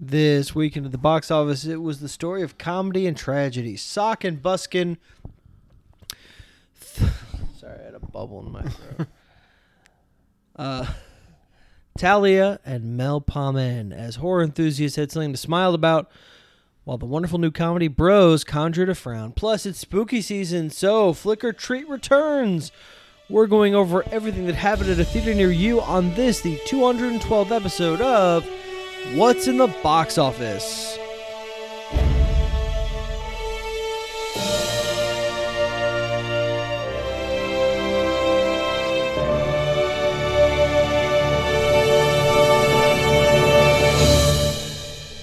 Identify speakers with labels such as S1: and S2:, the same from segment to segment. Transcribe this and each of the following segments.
S1: this weekend at the box office. It was the story of comedy and tragedy. Sock and Buskin. Sorry, I had a bubble in my throat. uh, Talia and Mel Pamen as horror enthusiasts had something to smile about. While the wonderful new comedy Bros conjured a frown. Plus, it's spooky season, so Flicker Treat returns. We're going over everything that happened at a theater near you on this, the 212th episode of What's in the Box Office.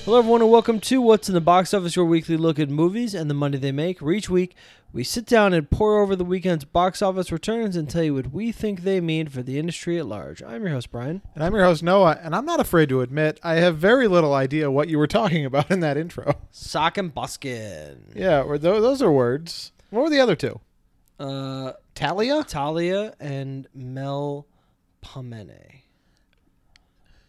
S1: Hello, everyone, and welcome to What's in the Box Office, your weekly look at movies and the money they make. Where each week, we sit down and pour over the weekend's box office returns and tell you what we think they mean for the industry at large. I'm your host, Brian.
S2: And I'm your host, Noah, and I'm not afraid to admit I have very little idea what you were talking about in that intro.
S1: Sock and Buskin.
S2: Yeah, or tho- those are words. What were the other two?
S1: Uh,
S2: Talia?
S1: Talia and Mel Pamene.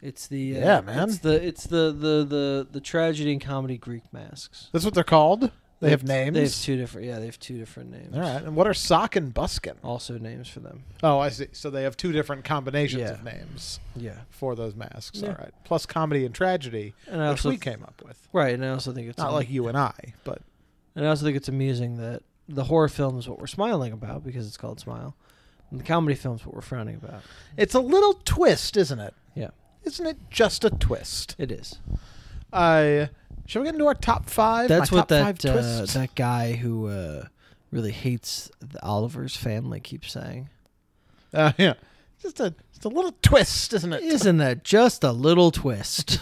S1: It's the uh,
S2: Yeah, man.
S1: It's the it's the the the the tragedy and comedy Greek masks.
S2: That's what they're called? They have names?
S1: They have two different. Yeah, they have two different names.
S2: All right. And what are sock and buskin?
S1: Also names for them.
S2: Oh, I see. So they have two different combinations
S1: Yeah.
S2: of names
S1: Yeah.
S2: for those masks.
S1: Yeah.
S2: All right. Plus comedy and tragedy,
S1: And I
S2: which
S1: also
S2: we came up with.
S1: right. And I also think it's
S2: Not
S1: am-
S2: like you and I, but
S1: And I also think it's amusing that the horror film is what we're smiling about because it's called Smile, and the comedy film is what we're frowning about.
S2: it's a little twist, isn't it?
S1: Yeah.
S2: Isn't it just a twist?
S1: It is.
S2: I. Shall we get into our top five?
S1: That's
S2: My
S1: what
S2: top five
S1: that uh,
S2: twists?
S1: that guy who uh, really hates the Oliver's family keeps saying.
S2: Uh, yeah. Just a just a little twist, isn't it?
S1: Isn't that just a little twist?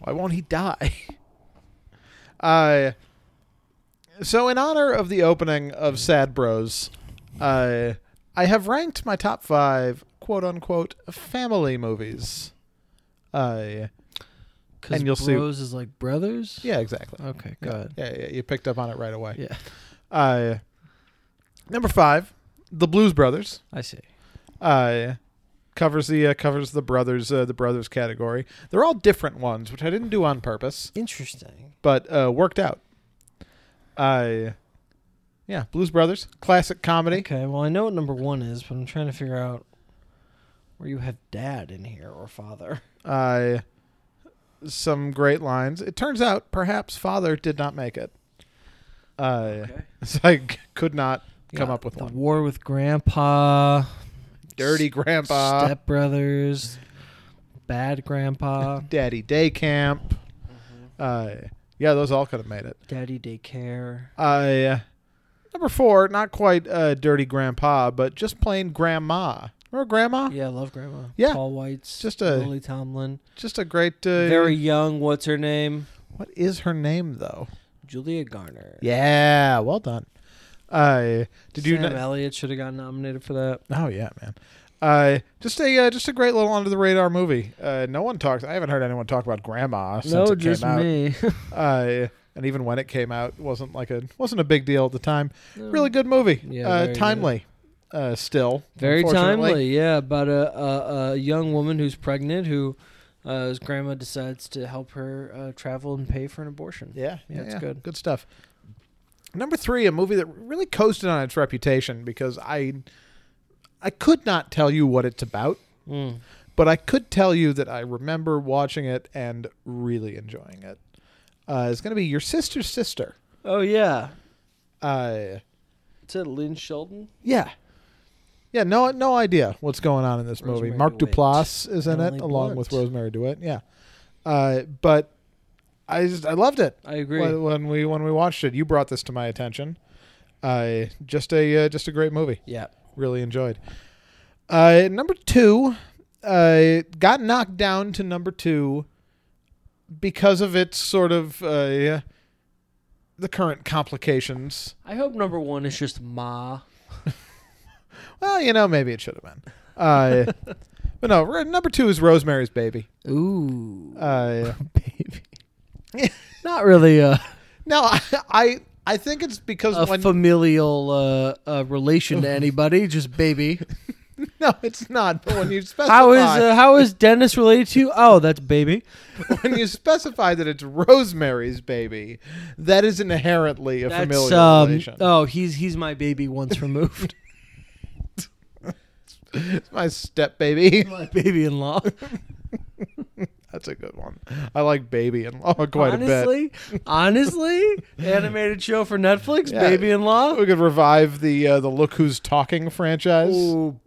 S2: Why won't he die? Uh, so in honor of the opening of Sad Bros, uh, I have ranked my top five quote unquote family movies. Uh,
S1: Because
S2: And you'll
S1: bros
S2: see-
S1: is like brothers.
S2: yeah, exactly.
S1: Okay. Go
S2: Yeah.
S1: ahead.
S2: Yeah, yeah, you picked up on it right away.
S1: Yeah.
S2: Uh, number five, The Blues Brothers.
S1: I see.
S2: uh, covers the uh, covers the brothers uh, the brothers category. They're all different ones, which I didn't do on purpose,
S1: Interesting.
S2: but uh, worked out. I, yeah, Blues Brothers, classic comedy.
S1: Okay. Well, I know what number one is, but I'm trying to figure out where you have dad in here or father.
S2: I, some great lines. It turns out perhaps father did not make it. I, so I c- could not come
S1: Yeah,
S2: up with
S1: the
S2: one.
S1: war with grandpa.
S2: Dirty Grandpa,
S1: Step brothers. Bad grandpa.
S2: Daddy Day Camp.
S1: Mm-hmm.
S2: Uh, yeah, those all could have made it.
S1: Daddy daycare.
S2: Uh, number four, not quite uh, dirty grandpa, but just plain grandma. Remember grandma?
S1: Yeah, I love grandma.
S2: Yeah.
S1: Paul White's.
S2: Just a-
S1: Lily Tomlin.
S2: Just a great. Uh,
S1: Very young. What's her name?
S2: What is her name though?
S1: Julia Garner.
S2: Yeah, well done. Uh, did you?
S1: Sam
S2: kn-
S1: Elliott should have gotten nominated for that.
S2: oh yeah, man. Uh, just a uh, just a great little under the radar movie. Uh, no one talks. I haven't heard anyone talk about grandma since
S1: no,
S2: it came
S1: just
S2: out.
S1: me.
S2: Uh, and even when it came out, wasn't like a wasn't a big deal at the time.
S1: No.
S2: Really good movie.
S1: Yeah,
S2: uh,
S1: very good.
S2: timely. Uh, still
S1: Very
S2: unfortunately.
S1: timely, yeah. About a, a, a young woman who's pregnant who uh, his grandma decides to help her uh, travel and pay for an abortion.
S2: Yeah,
S1: Yeah, it's good.
S2: Good stuff. Number three, a movie that really coasted on its reputation because I, I could not tell you what it's about,
S1: Mm.
S2: but I could tell you that I remember watching it and really enjoying it. Uh, it's going to be your sister's sister.
S1: Oh, yeah.
S2: Uh,
S1: It's at Lynn Sheldon.
S2: yeah, yeah. No, no idea what's going on in this movie.
S1: Rosemary
S2: Mark
S1: DeWitt.
S2: Duplass is in it
S1: Emily
S2: along
S1: Blunt.
S2: with Rosemary DeWitt. Yeah, uh, but I just, I loved it.
S1: I agree.
S2: When, when we when we watched it, you brought this to my attention. I just a uh, just a great movie.
S1: yeah.
S2: Really enjoyed. Uh, number two, uh, got knocked down to number two because of its sort of uh, the current complications.
S1: I hope number one is just Ma.
S2: Well, you know, maybe it should have been. Uh, but no, r- number two is Rosemary's Baby.
S1: Ooh.
S2: Uh,
S1: baby. Not really uh, a,
S2: no, I, I I think it's because
S1: a
S2: when
S1: familial uh, uh, relation to anybody, just baby.
S2: No, it's not. But when you specify
S1: How is uh, how is Dennis related to? you? Oh, that's baby.
S2: when you specify that it's Rosemary's baby, that is inherently a
S1: That's
S2: familial
S1: um.
S2: relation.
S1: Oh, he's he's my baby once removed.
S2: It's my step baby.
S1: my baby in law.
S2: That's a good one. I like baby in law quite a
S1: honestly, honestly, animated show for Netflix,
S2: Yeah.
S1: baby in
S2: bit.
S1: law.
S2: We could revive the uh, the Look Who's Talking franchise.
S1: Ooh,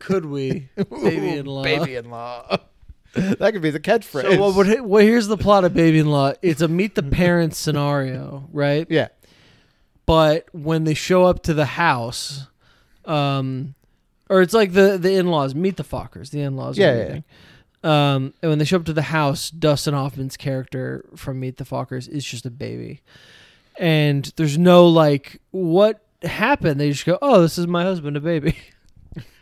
S1: could we? Baby in law.
S2: Baby in law. that could be the catchphrase.
S1: So what would it, well, here's the plot of Baby in Law. It's a meet the parents scenario, right?
S2: yeah.
S1: But when they show up to the house, um, or it's like the the in laws meet the Fockers, the in laws.
S2: Yeah,
S1: and everything. Um, and when they show up to the house, Dustin Hoffman's character from Meet the Fockers is just a baby, and there's no like what happened. They just go, "Oh, this is my husband, a baby."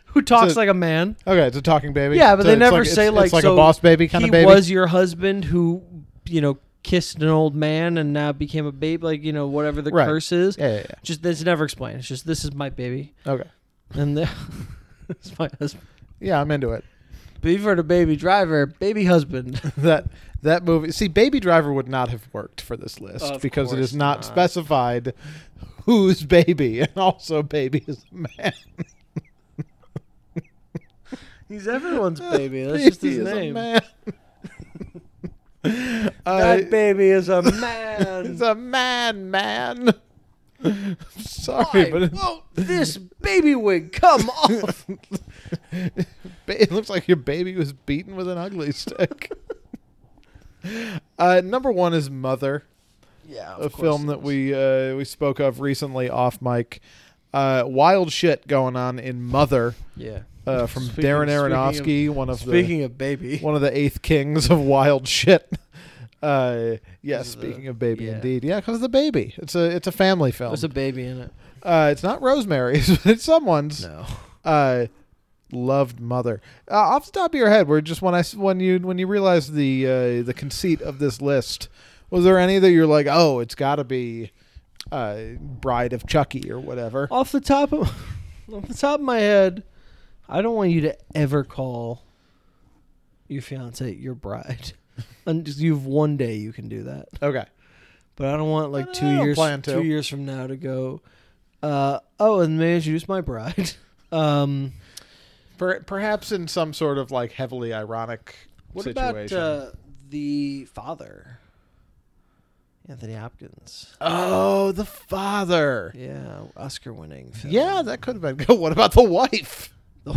S1: Who talks
S2: So-
S1: like a man?
S2: Okay, it's a talking baby.
S1: Yeah, but
S2: So
S1: they
S2: it's
S1: never
S2: like,
S1: say
S2: it's,
S1: like
S2: it's like
S1: so
S2: a boss baby kind
S1: he
S2: of baby.
S1: was your husband who you know kissed an old man and now became a baby, like you know whatever the
S2: Right.
S1: curse is.
S2: yeah, yeah,
S1: Just that's never explained. It's just this is my baby
S2: yeah. Okay.
S1: and the, it's my husband.
S2: Yeah, I'm into it.
S1: Beaver to baby driver, baby husband.
S2: That that movie. See, Baby Driver would not have worked for this list
S1: Of
S2: because it
S1: course
S2: is not,
S1: not.
S2: specified who's baby, and also baby is a man.
S1: He's everyone's baby. That's just his
S2: Baby is a
S1: name.
S2: man. Uh,
S1: That baby is a
S2: He's
S1: man.
S2: a man, man. I'm Sorry,
S1: Why
S2: but it,
S1: won't this baby wig come off?
S2: ba- it looks like your baby was beaten with an ugly stick. uh, number one is Mother,
S1: yeah,
S2: a film that we uh, we spoke of recently off mic. Uh, wild shit going on in Mother
S1: yeah.
S2: uh, from
S1: Speaking-
S2: Darren
S1: speaking
S2: Aronofsky, one of
S1: Speaking of baby,
S2: the one of the eighth kings of wild shit. Uh, yeah,
S1: This is
S2: speaking
S1: a-
S2: of baby,
S1: yeah.
S2: indeed, yeah, because the baby. It's a it's a family film.
S1: there's a baby in it.
S2: Uh, it's not Rosemary's, but it's someone's.
S1: No.
S2: Uh, loved mother. Uh, off the top of your head, were just when I s- when you when you realized the uh, the conceit of this list, was there any that you're like, oh, it's got to be uh, Bride of Chucky or whatever?
S1: off the top of off the top of my head, I don't want you to ever call your fiance your bride. And just- you've one day you can do that,
S2: Okay,
S1: but I don't want
S2: I
S1: like
S2: don't-
S1: two
S2: I don't
S1: years
S2: plan to.
S1: two years from now to go. Uh, oh, and may I introduce my bride. Um,
S2: per- perhaps in some sort of like heavily ironic
S1: what about
S2: situation.
S1: uh, the father, Anthony Hopkins?
S2: oh, the father.
S1: Yeah, Oscar-winning film.
S2: Yeah, that could have been. What about the wife?
S1: the,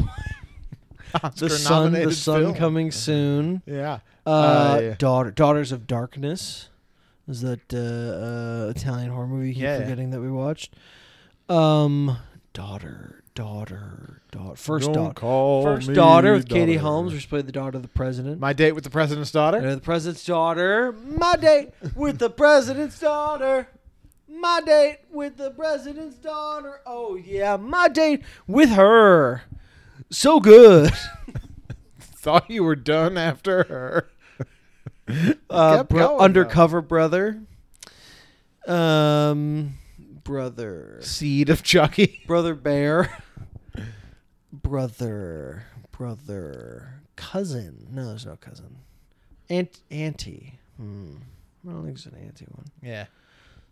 S1: the son, the
S2: Oscar-nominated
S1: son
S2: film.
S1: coming soon.
S2: Yeah.
S1: Uh,
S2: Uh,
S1: daughter, Daughters of Darkness is that uh, uh, Italian horror movie? you Keep
S2: Yeah, yeah.
S1: forgetting that we watched. Um, daughter, daughter, daughter. First
S2: Don't
S1: daughter,
S2: call
S1: first
S2: me
S1: daughter with Katie
S2: daughter.
S1: Holmes, which played the daughter of the president.
S2: My date with the president's daughter.
S1: Uh, the president's daughter. My date with the president's daughter. My date with the president's daughter. Oh yeah, my date with her. So good.
S2: Thought you were done after her.
S1: uh,
S2: Kept
S1: bro-
S2: going, though.
S1: undercover brother, um, brother,
S2: Seed of Chucky.
S1: brother bear, brother, brother, cousin. No, there's no cousin. Aunt, auntie. Hmm. I don't think it's an auntie one.
S2: Yeah.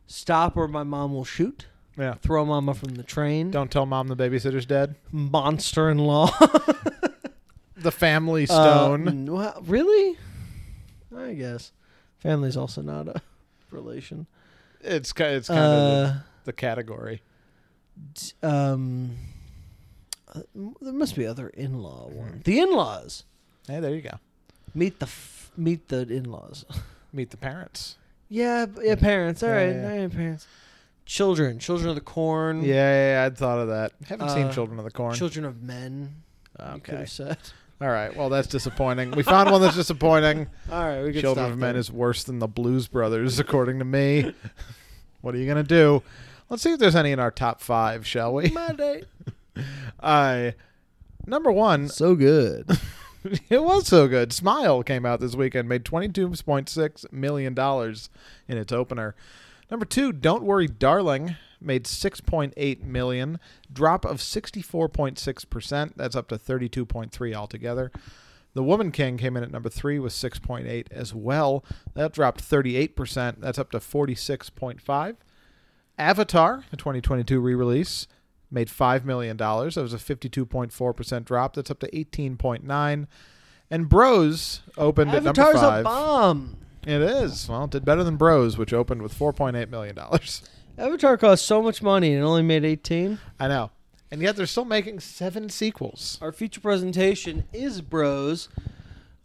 S1: Stop or my mom will shoot.
S2: Yeah.
S1: Throw mama from the train.
S2: Don't tell mom the babysitter's dead.
S1: Monster in law.
S2: The family stone.
S1: Uh, well, really? I guess. Family's also not a relation.
S2: it's ki- it's kind of
S1: Uh,
S2: the, the category.
S1: d- um uh, m- there must be other in-law
S2: Mm-hmm.
S1: one. The in-laws.
S2: Hey, there you go.
S1: Meet the f- meet the in-laws.
S2: Meet the parents.
S1: yeah, b- yeah, parents. All
S2: Yeah,
S1: right,
S2: yeah.
S1: all right, parents. Children, children of the corn.
S2: Yeah, yeah, yeah, I'd thought of that. Haven't seen
S1: Mm. Uh,
S2: Children of the Corn.
S1: Children of men. You could
S2: okay.
S1: have said.
S2: All right. Well, that's disappointing. We found one that's disappointing.
S1: All right, we could
S2: Children
S1: stop
S2: of Men
S1: there.
S2: is worse than the Blues Brothers, according to me. what are you gonna do? Let's see if there's any in our top five, shall we?
S1: Monday.
S2: Uh, number one,
S1: So good.
S2: it was so good. Smile came out this weekend, made $22.6 million in its opener. Number two, Don't Worry, Darling, made 6.8 million, drop of 64.6%. That's up to 32.3 altogether. The Woman King came in at number 3 with 6.8 as well. That dropped 38%. That's up to 46.5. Avatar, the 2022 re-release, made 5 million dollars. That was a 52.4% drop. That's up to 18.9. And Bros opened
S1: Avatar's
S2: at number 5.
S1: a bomb.
S2: It is. Well, it did better than Bros, which opened with four point eight million dollars.
S1: Avatar cost so much money and only made 18.
S2: I know. And yet they're still making seven sequels.
S1: Our feature presentation is Bros.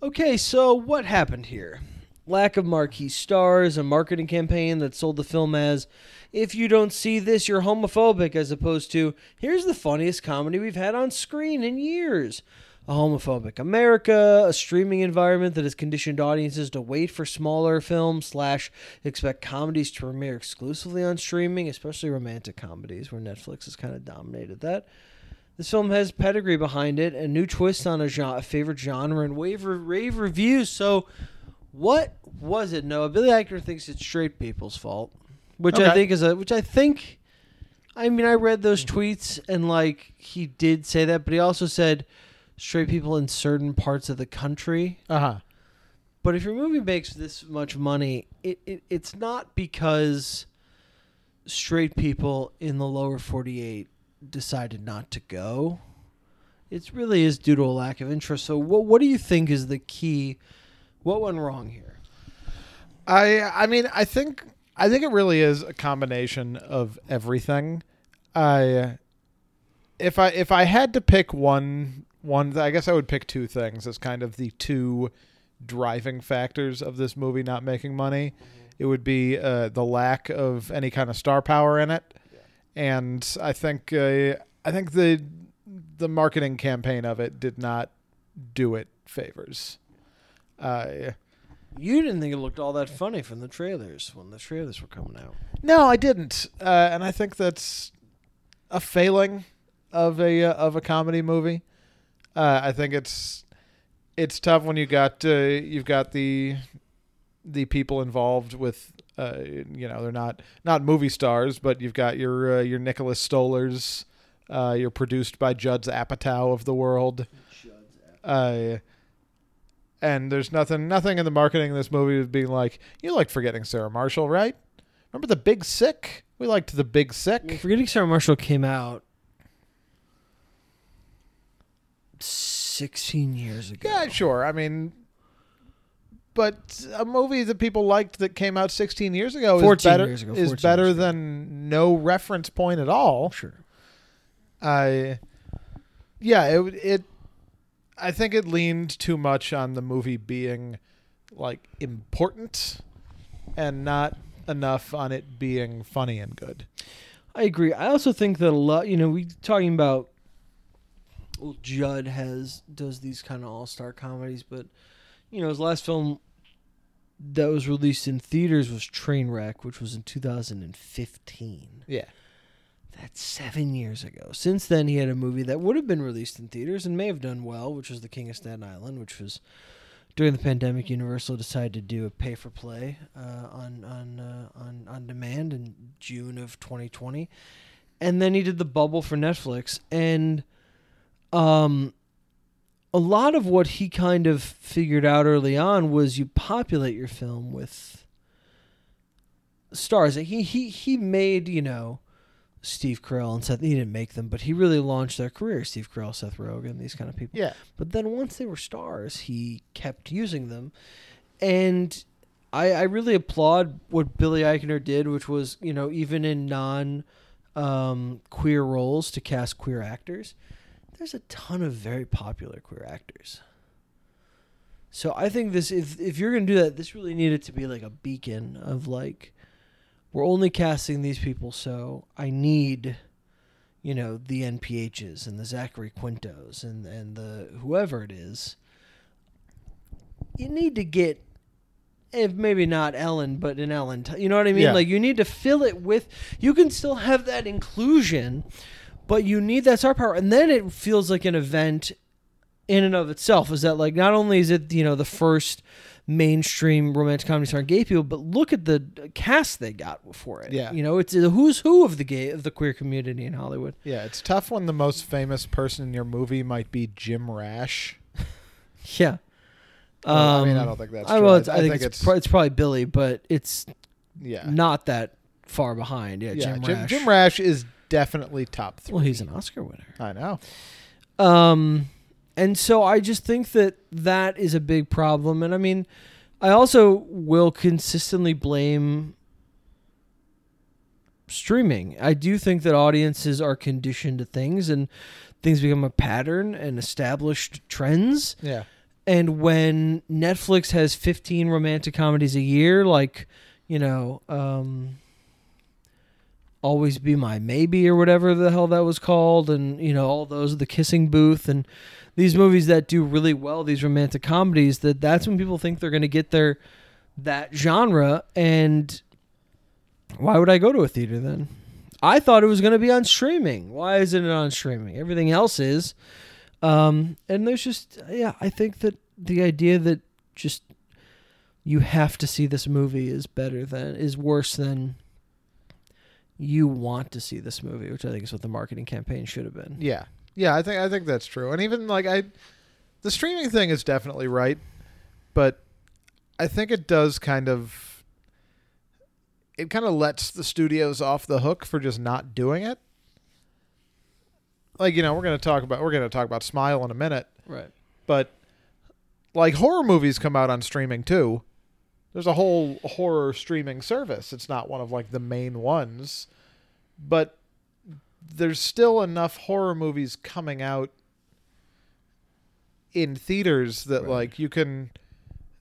S1: Okay, so what happened here? Lack of marquee stars, a marketing campaign that sold the film as if you don't see this, you're homophobic, as opposed to here's the funniest comedy we've had on screen in years. A homophobic America, a streaming environment that has conditioned audiences to wait for smaller films, slash, expect comedies to premiere exclusively on streaming, especially romantic comedies, where Netflix has kind of dominated that. This film has pedigree behind it, a new twist on a, genre, a favorite genre, and wave rave reviews. So, what was it? Noah Billy Eichner thinks it's straight people's fault, which I
S2: Okay.
S1: think is a which I think. I mean, I read those tweets and like he did say that, but he also said straight people in certain parts of the country.
S2: Uh huh.
S1: But if your movie makes this much money, it, it it's not because straight people in the lower 48 decided not to go. It really is due to a lack of interest. So what what do you think is the key? What went wrong here?
S2: I I mean I think I think it really is a combination of everything. I if I if I had to pick one one I guess I would pick two things as kind of the two driving factors of this movie not making money. It would be uh, the lack of any kind of star power in it, and I think uh, I think the the marketing campaign of it did not do it favors. Uh,
S1: You didn't think it looked all that funny from the trailers when the trailers were coming out.
S2: No, I didn't, uh, and I think that's a failing of a uh, of a comedy movie. Uh, I think it's it's tough when you got uh, you've got the the people involved with uh, you know they're not not movie stars, but you've got your uh, your Nicholas Stollers, uh, you're produced by Judd's Apatow of the world uh, and there's nothing nothing in the marketing of this movie of being like you liked forgetting Sarah Marshall, right? Remember the Big Sick? We liked the Big Sick.
S1: Forgetting Sarah Marshall came out 16 years ago.
S2: Yeah, sure. I mean, but a movie that people liked that came out 16 years ago is
S1: 14
S2: better
S1: years ago,
S2: is
S1: 14
S2: better
S1: years ago.
S2: than no reference point at all.
S1: sure.
S2: I yeah, it would- it I think it leaned too much on the movie being like important and not enough on it being funny and good.
S1: I agree. I also think that a lot, you know, we talking about well, Judd has does these kind of all star comedies, but you know, his last film that was released in theaters was Trainwreck, which was in 2015.
S2: Yeah.
S1: That's seven years ago. Since then, he had a movie that would have been released in theaters and may have done well, which was The King of Staten Island, which was during the pandemic. Universal decided to do a pay for play uh, on on uh, on on demand in June of 2020, and then he did The Bubble for Netflix, and um, a lot of what he kind of figured out early on was you populate your film with stars. He he he made you know. Steve Carell and Seth. He didn't make them, but he really launched their career. Steve Carell, Seth Rogen, these kind of people.
S2: Yeah.
S1: But then once they were stars, he kept using them, and I, I really applaud what Billy Eichner did, which was you know even in non um, queer roles to cast queer actors. There's a ton of very popular queer actors. So I think this if if you're gonna do that, this really needed to be like a beacon of like we're only casting these people, so I need you know the NPHs and the Zachary Quintos and and the whoever it is. You need to get, if maybe not Ellen, but an Ellen. T- you know what I mean?
S2: Yeah.
S1: Like you need to fill it with. You can still have that inclusion, but you need that star power, and then it feels like an event in and of itself. Is that like not only is it you know the first mainstream romantic comedy starring gay people, but look at the cast they got for it.
S2: Yeah.
S1: you know, it's a who's who of the gay of the queer community in Hollywood.
S2: Yeah, it's tough when the most famous person in your movie might be Jim Rash.
S1: Yeah.
S2: Well, I mean, I don't think that's
S1: Um, I,
S2: true.
S1: well,
S2: I-
S1: it's, I, think, it's, pro- it's probably Billy, but it's
S2: yeah.
S1: not that far behind. Yeah,
S2: yeah,
S1: Jim,
S2: Jim,
S1: Rash.
S2: Jim Rash is definitely top three.
S1: Well, he's an Oscar winner.
S2: I know.
S1: Um, and so I just think that that is a big problem. And I mean, I also will consistently blame streaming. I do think that audiences are conditioned to things and things become a pattern and established trends.
S2: Yeah.
S1: And when Netflix has 15 romantic comedies a year, like, you know, um, Always Be My Maybe or whatever the hell that was called, and, you know, all those, The Kissing Booth, and these movies that do really well, these romantic comedies, that that's when people think they're going to get their, that genre. And why would I go to a theater then? I thought it was going to be on streaming. Why isn't it on streaming? Everything else is. Um, and there's just, yeah, I think that the idea that just you have to see this movie is better than, is worse than you want to see this movie, which I think is what the marketing campaign should have been.
S2: Yeah. Yeah, I think I think that's true. And even like I the streaming thing is definitely right, but I think it does kind of it kind of lets the studios off the hook for just not doing it. Like, you know, we're going to talk about we're going to talk about Smile in a minute,
S1: Right.
S2: but like horror movies come out on streaming too. There's a whole horror streaming service. It's not one of like the main ones, but there's still enough horror movies coming out in theaters that
S1: Right.
S2: like you can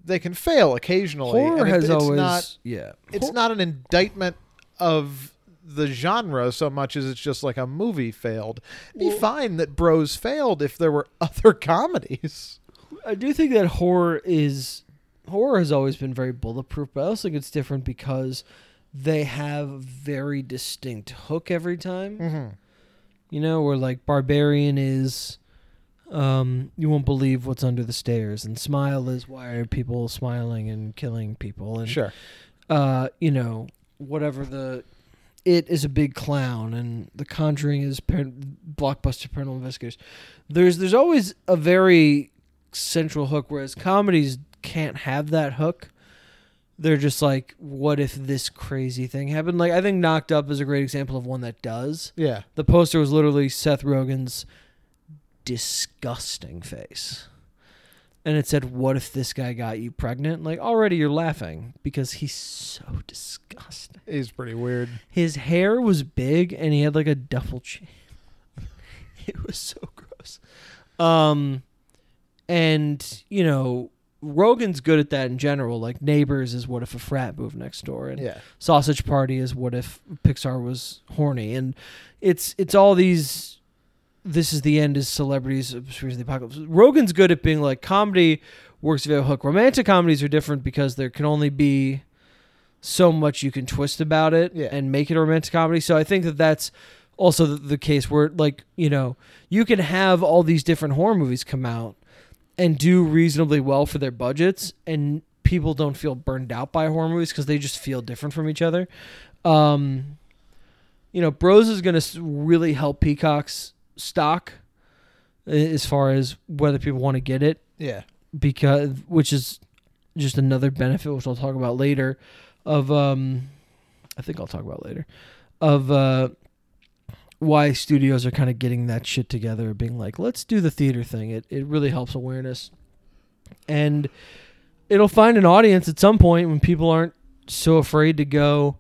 S2: they can fail occasionally.
S1: Horror
S2: and it-
S1: has
S2: it's
S1: always,
S2: not
S1: yeah.
S2: it's not an indictment of the genre so much as it's just like a movie failed. It'd be
S1: Well-
S2: fine that Bros failed if there were other comedies.
S1: I do think that horror is horror has always been very bulletproof, but I also think it's different because they have a very distinct hook every time.
S2: Mm-hmm.
S1: You know, where like Barbarian is um you won't believe what's under the stairs and Smile is why are people smiling and killing people and
S2: Sure.
S1: uh, you know, whatever the it is a big clown and the conjuring is parent, blockbuster paranormal investigators. There's there's always a very central hook whereas comedies can't have that hook. They're just like what if this crazy thing happened? Like I think Knocked Up is a great example of one that does.
S2: Yeah.
S1: The poster was literally Seth Rogen's disgusting face. And it said, What if this guy got you pregnant? Like, already you're laughing because he's so disgusting.
S2: He's pretty weird.
S1: His hair was big and he had like a double chin. it was so gross. Um, and, you know, Rogan's good at that in general. Like, Neighbors is what if a frat moved next door. And
S2: Yeah.
S1: Sausage Party is what if Pixar was horny, and it's it's all these. This is the end is celebrities of Series of the apocalypse. Rogan's good at being like comedy works via hook. Romantic comedies are different because there can only be so much you can twist about it
S2: Yeah.
S1: and make it a romantic comedy. So I think that that's also the, the case where like you know you can have all these different horror movies come out and do reasonably well for their budgets and people don't feel burned out by horror movies because they just feel different from each other um you know bros is going to really help peacock's stock a- as far as whether people want to get it
S2: Yeah.
S1: because which is just another benefit which I'll talk about later of um I think I'll talk about later of uh why studios are kind of getting that shit together being like let's do the theater thing it it really helps awareness and it'll find an audience at some point when people aren't so afraid to go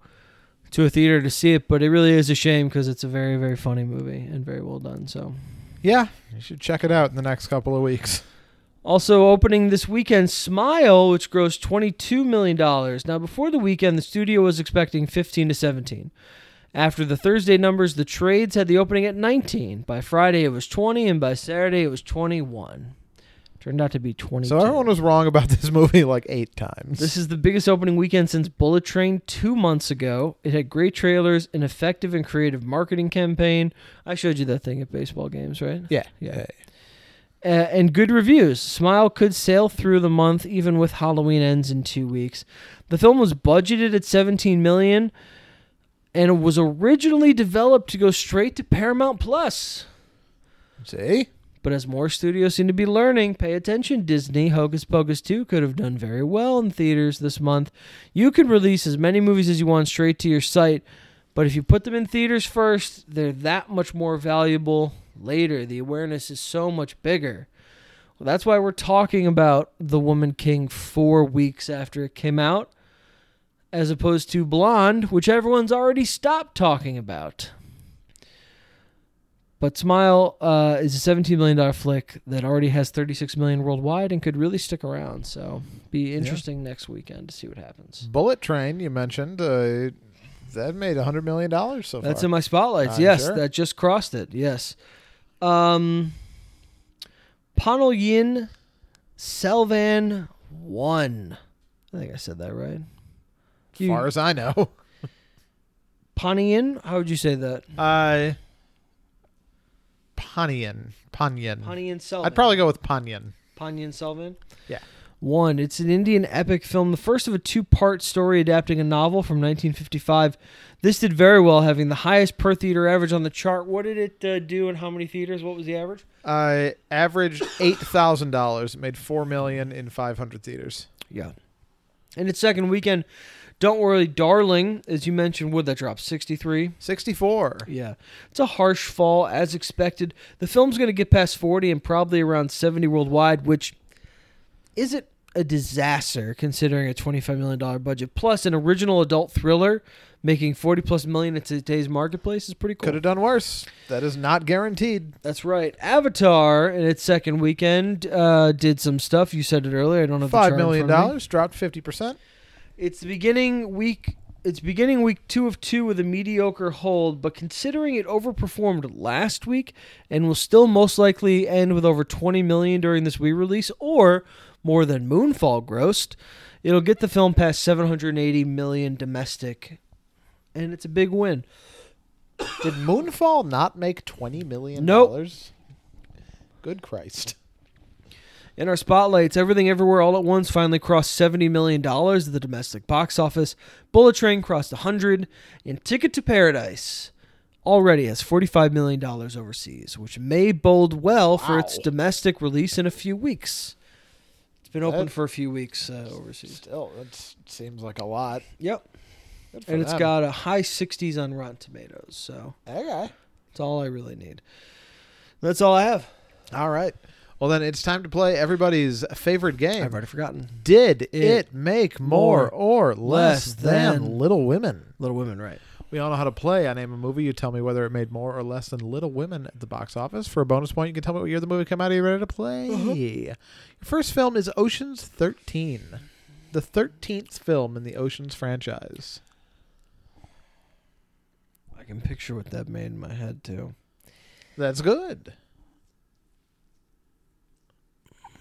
S1: to a theater to see it but it really is a shame cuz it's a very very funny movie and very well done so
S2: Yeah. You should check it out in the next couple of weeks.
S1: Also opening this weekend, Smile, which grossed $22 million. Now, before the weekend, the studio was expecting 15 to 17. After the Thursday numbers, the trades had the opening at 19. By Friday, it was 20, and by Saturday, it was 21. Turned out to be 22.
S2: So everyone was wrong about this movie like eight times.
S1: This is the biggest opening weekend since Bullet Train two months ago. It had great trailers, an effective and creative marketing campaign. I showed you that thing at baseball games, right?
S2: yeah.
S1: Yeah. uh, and good reviews. Smile could sail through the month even with Halloween ends in 2 weeks. The film was budgeted at 17 million and it was originally developed to go straight to Paramount Plus.
S2: See?
S1: But as more studios seem to be learning, pay attention, Disney. Hocus Pocus 2 could have done very well in theaters this month. You can release as many movies as you want straight to your site, but if you put them in theaters first, they're that much more valuable later. The awareness is so much bigger. Well, that's why we're talking about The Woman King four weeks after it came out, as opposed to Blonde, which everyone's already stopped talking about. But Smile uh, is a $17 million flick that already has $36 million worldwide and could really stick around. So be interesting next weekend to see what happens.
S2: Bullet Train, you mentioned, uh, that made $100 million so
S1: That's
S2: far.
S1: in my spotlights.
S2: I'm
S1: yes,
S2: sure.
S1: that just crossed it. Yes. Um, Panel Yin Selvan 1. I think I said that right.
S2: as far as I know.
S1: Panayin? How would you say that?
S2: Uh, Ponyan. Ponyan.
S1: Panayin Selvan.
S2: I'd probably go with Ponyan.
S1: Panyan Selvan.
S2: Yeah.
S1: One, it's an Indian epic film, the first of a two part story adapting a novel from 1955. This did very well, having the highest per theater average on the chart. What did it uh, do and how many theaters? What was the average?
S2: I Uh, averaged $8,000. It made $4 million in 500 theaters.
S1: Yeah. In its second weekend, Don't Worry, Darling, as you mentioned, would that drop? 63?
S2: 64.
S1: Yeah. It's a harsh fall, as expected. The film's going to get past 40 and probably around 70 worldwide, which isn't a disaster considering a $25 million budget. Plus, an original adult thriller making 40 plus million in today's marketplace is pretty cool.
S2: Could have done worse. That is not guaranteed.
S1: That's right. Avatar, in its second weekend, uh, did some stuff. You said it earlier. I don't have the
S2: $5
S1: chart in
S2: million
S1: front of me.
S2: dropped 50%.
S1: It's the beginning week. It's beginning week two of two with a mediocre hold, but considering it overperformed last week and will still most likely end with over 20 million during this re release or more than Moonfall grossed, it'll get the film past 780 million domestic. And it's a big win.
S2: Did Moonfall not make $20 million?
S1: Nope.
S2: Good Christ.
S1: In our spotlights, Everything Everywhere All at Once finally crossed $70 million at the domestic box office. Bullet Train crossed 100 and Ticket to Paradise already has $45 million overseas, which may bode well for its
S2: Wow.
S1: domestic release in a few weeks. It's been open
S2: That-
S1: for a few weeks uh, overseas.
S2: Still, that seems like a lot.
S1: Yep.
S2: Good for
S1: And it's
S2: them.
S1: got a high 60s on Rotten Tomatoes, so
S2: Okay.
S1: that's all I really need. That's all I have.
S2: All right. Well, then it's time to play everybody's favorite game.
S1: I've already forgotten.
S2: Did it, make
S1: more
S2: more, or less,
S1: less
S2: than,
S1: than-
S2: Little Women?
S1: Little Women, right.
S2: We all know how to play. I name a movie. You tell me whether it made more or less than Little Women at the box office. For a bonus point, you can tell me what year the movie came out. Are you ready to play?
S1: Uh-huh.
S2: Your first film is Ocean's 13, the 13th film in the Ocean's franchise.
S1: I can picture what that made in my head, too.
S2: That's good.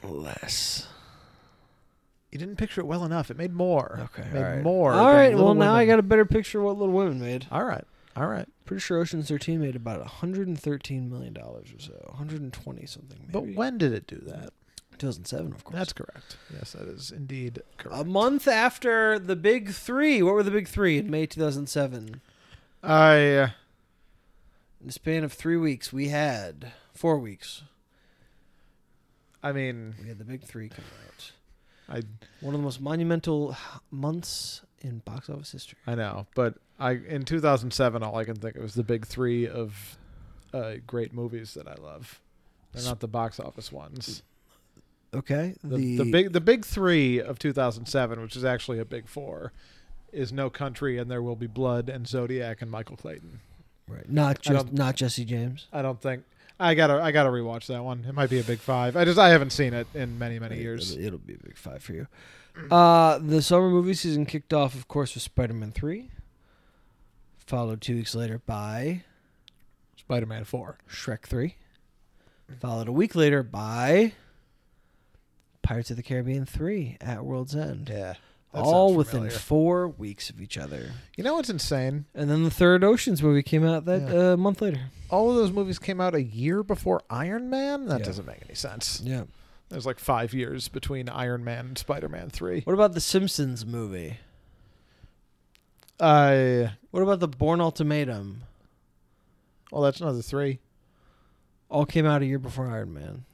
S1: Less.
S2: You didn't picture it well enough. It made more.
S1: Okay.
S2: It
S1: all
S2: made
S1: right.
S2: more.
S1: All
S2: than
S1: right.
S2: Little
S1: Well, now I
S2: Women.
S1: got a better picture of what Little Women made.
S2: All right. All right.
S1: Pretty sure Ocean's 13 made about 113 million dollars or so, 120 something. Maybe.
S2: But when did it do that?
S1: 2007, of course. Um,
S2: That's correct. Yes, that is indeed correct.
S1: a month after the Big Three. What were the Big Three in May 2007?
S2: I. Uh,
S1: In the span of three weeks, we had four weeks.
S2: I mean,
S1: We had the Big Three come out.
S2: I
S1: One of the most monumental months in box office history.
S2: I know, but I in 2007, all I can think of is the big three of uh, great movies that I love. They're not the box office ones.
S1: Okay.
S2: The, the big the big three of 2007, which is actually a big four, is No Country and There Will Be Blood and Zodiac and Michael Clayton.
S1: Right. Not
S2: I
S1: just
S2: don't-
S1: not Jesse James.
S2: I don't think I gotta I gotta rewatch that one. It might be a big five. I just I haven't seen it in many many
S1: It-
S2: years.
S1: It'll, it'll be a big five for you. Uh, the summer movie season kicked off, of course, with Spider Man 3, followed two weeks later by
S2: Spider Man Four.
S1: Shrek 3, followed a week later by Pirates of the Caribbean 3 at World's End,
S2: Yeah. That
S1: all
S2: sounds
S1: within
S2: familiar.
S1: four weeks of each other.
S2: You know what's insane?
S1: And then the third Ocean's movie came out that uh, month later.
S2: All of those movies came out a year before Iron Man. That
S1: Yeah.
S2: doesn't make any sense.
S1: Yeah.
S2: There's like five years between Iron Man and Spider Man Three.
S1: What about the Simpsons movie?
S2: Uh,
S1: What about the Born Ultimatum?
S2: well, that's another three.
S1: All came out a year before Iron Man.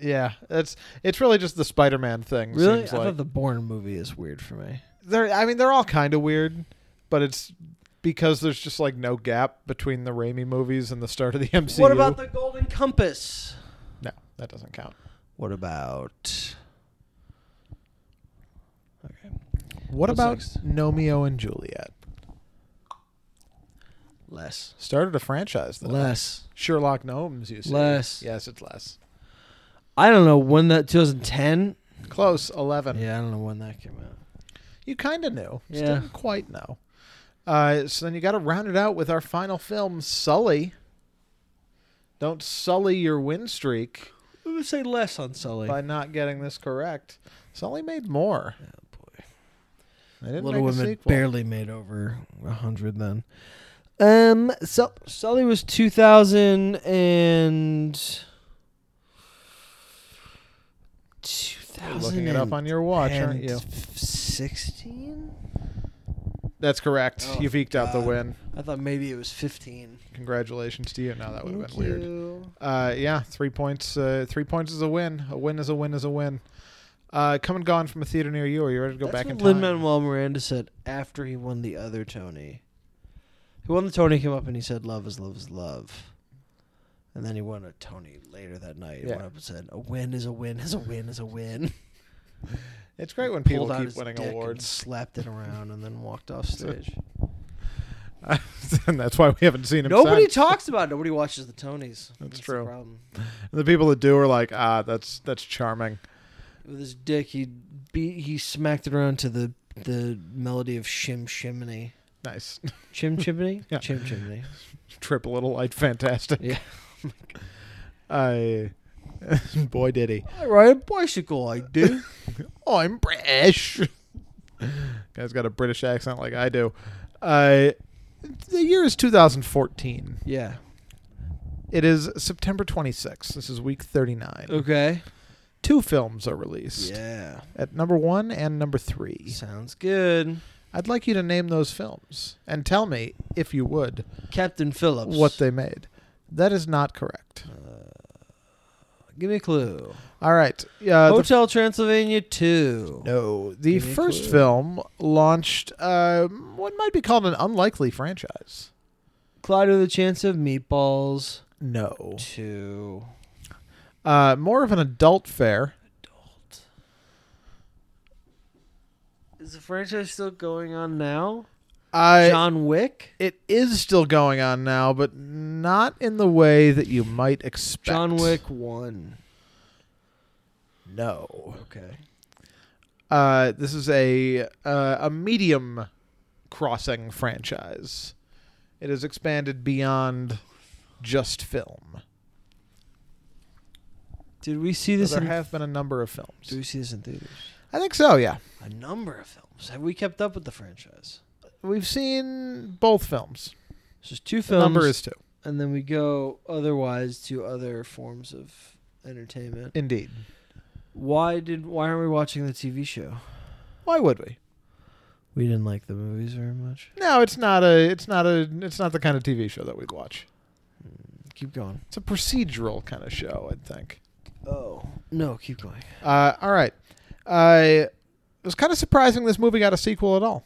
S2: Yeah, that's it's really just the Spider Man thing.
S1: Really? I
S2: Seems like.
S1: thought the Born movie is weird for me.
S2: they're I mean they're all kind of weird, but it's because there's just like no gap between the Raimi movies and the start of the MCU.
S1: What about the Golden Compass?
S2: No, that doesn't count.
S1: What about? Okay.
S2: What
S1: What's
S2: about
S1: next?
S2: Nomeo and Juliet?
S1: Less.
S2: Started a franchise though.
S1: Less.
S2: Sherlock Gnomes, you see.
S1: Less.
S2: Yes, it's less.
S1: I don't know when that 2010.
S2: Close, eleven.
S1: Yeah, I don't know when that came out.
S2: You kind of knew. Just
S1: Yeah.
S2: didn't quite know. Uh, so then you got to round it out with our final film, Sully. Don't sully your win streak
S1: I'm gonna say less on Sully.
S2: by not getting this correct. Sully made more.
S1: Oh, boy.
S2: They didn't
S1: Little
S2: make a
S1: Women
S2: sequel.
S1: barely made over a hundred then. Um, so Sully was 2000 and. 2000
S2: looking it up on your watch, aren't you?
S1: 16?
S2: That's correct.
S1: Oh,
S2: You've eked out the
S1: God.
S2: win.
S1: I thought maybe it was 15.
S2: Congratulations to you. Now that would have been
S1: Thank
S2: weird.
S1: you.
S2: Uh, yeah, three points. Uh, three points is a win. A win is a win is a win. Uh, come and gone from a theater near you. Are you ready to go
S1: That's
S2: back
S1: what
S2: in
S1: Lin
S2: time?
S1: Manuel Miranda said after he won the other Tony. He won the Tony, came up and he said, "Love is love is love," and then he won a Tony later that night. He
S2: Yeah.
S1: went up and said, "A win is a win is a win is a win."
S2: It's great when people
S1: Pulled out
S2: keep
S1: his
S2: winning
S1: dick and
S2: awards,
S1: slapped it around, and then walked off stage.
S2: and that's why we haven't seen him.
S1: Nobody
S2: since.
S1: talks about. it. Nobody watches the Tonys. That's, the
S2: true.
S1: problem.
S2: the people that do are like, ah, that's that's charming.
S1: With his dick, he beat, he smacked it around to the the melody of Shim Shimney.
S2: Nice.
S1: Chim Chimney?
S2: Yeah.
S1: Chim Chimney.
S2: Trip a little light, fantastic.
S1: Yeah.
S2: I, boy, did he.
S1: I ride a bicycle, I do.
S2: I'm British. Guy's got a British accent like I do. Uh, the year is 2014.
S1: yeah.
S2: It is September 26th. This is week 39.
S1: Okay.
S2: Two films are released
S1: Yeah.
S2: at number one and number three.
S1: Sounds good.
S2: I'd like you to name those films and tell me, if you would,
S1: Captain Phillips.
S2: what they made. That is not correct.
S1: Oh. Give me a clue.
S2: All right. Uh, the,
S1: Hotel Transylvania 2.
S2: no, the
S1: Give me a
S2: first
S1: clue.
S2: film launched uh, what might be called an unlikely franchise.
S1: Clyde with a Chance of Meatballs
S2: No.
S1: 2.
S2: Uh, more of an adult fare.
S1: Adult. Is the franchise still going on now?
S2: I
S1: John Wick?
S2: it is still going on now, but not in the way that you might expect.
S1: John Wick 1.
S2: No.
S1: Okay.
S2: Uh, this is a uh, a medium crossing franchise. It has expanded beyond just film.
S1: Did we see
S2: So
S1: this
S2: there
S1: in
S2: have been a number of
S1: Did
S2: films.
S1: we see this in theaters?
S2: I think so. Yeah,
S1: A number of films. Have we kept up with the franchise?
S2: we've seen both films.
S1: So it's two
S2: The
S1: films.
S2: number is two,
S1: and then we go otherwise to other forms of entertainment.
S2: indeed.
S1: Why did why aren't we watching the TV show?
S2: Why would we?
S1: We didn't like the movies very much.
S2: No, it's not a. It's not a. It's not the kind of TV show that we'd watch.
S1: Keep going.
S2: It's a procedural kind of show, I'd think.
S1: Oh no, keep going.
S2: Uh, all right. Uh, it was kind of surprising this movie got a sequel at all.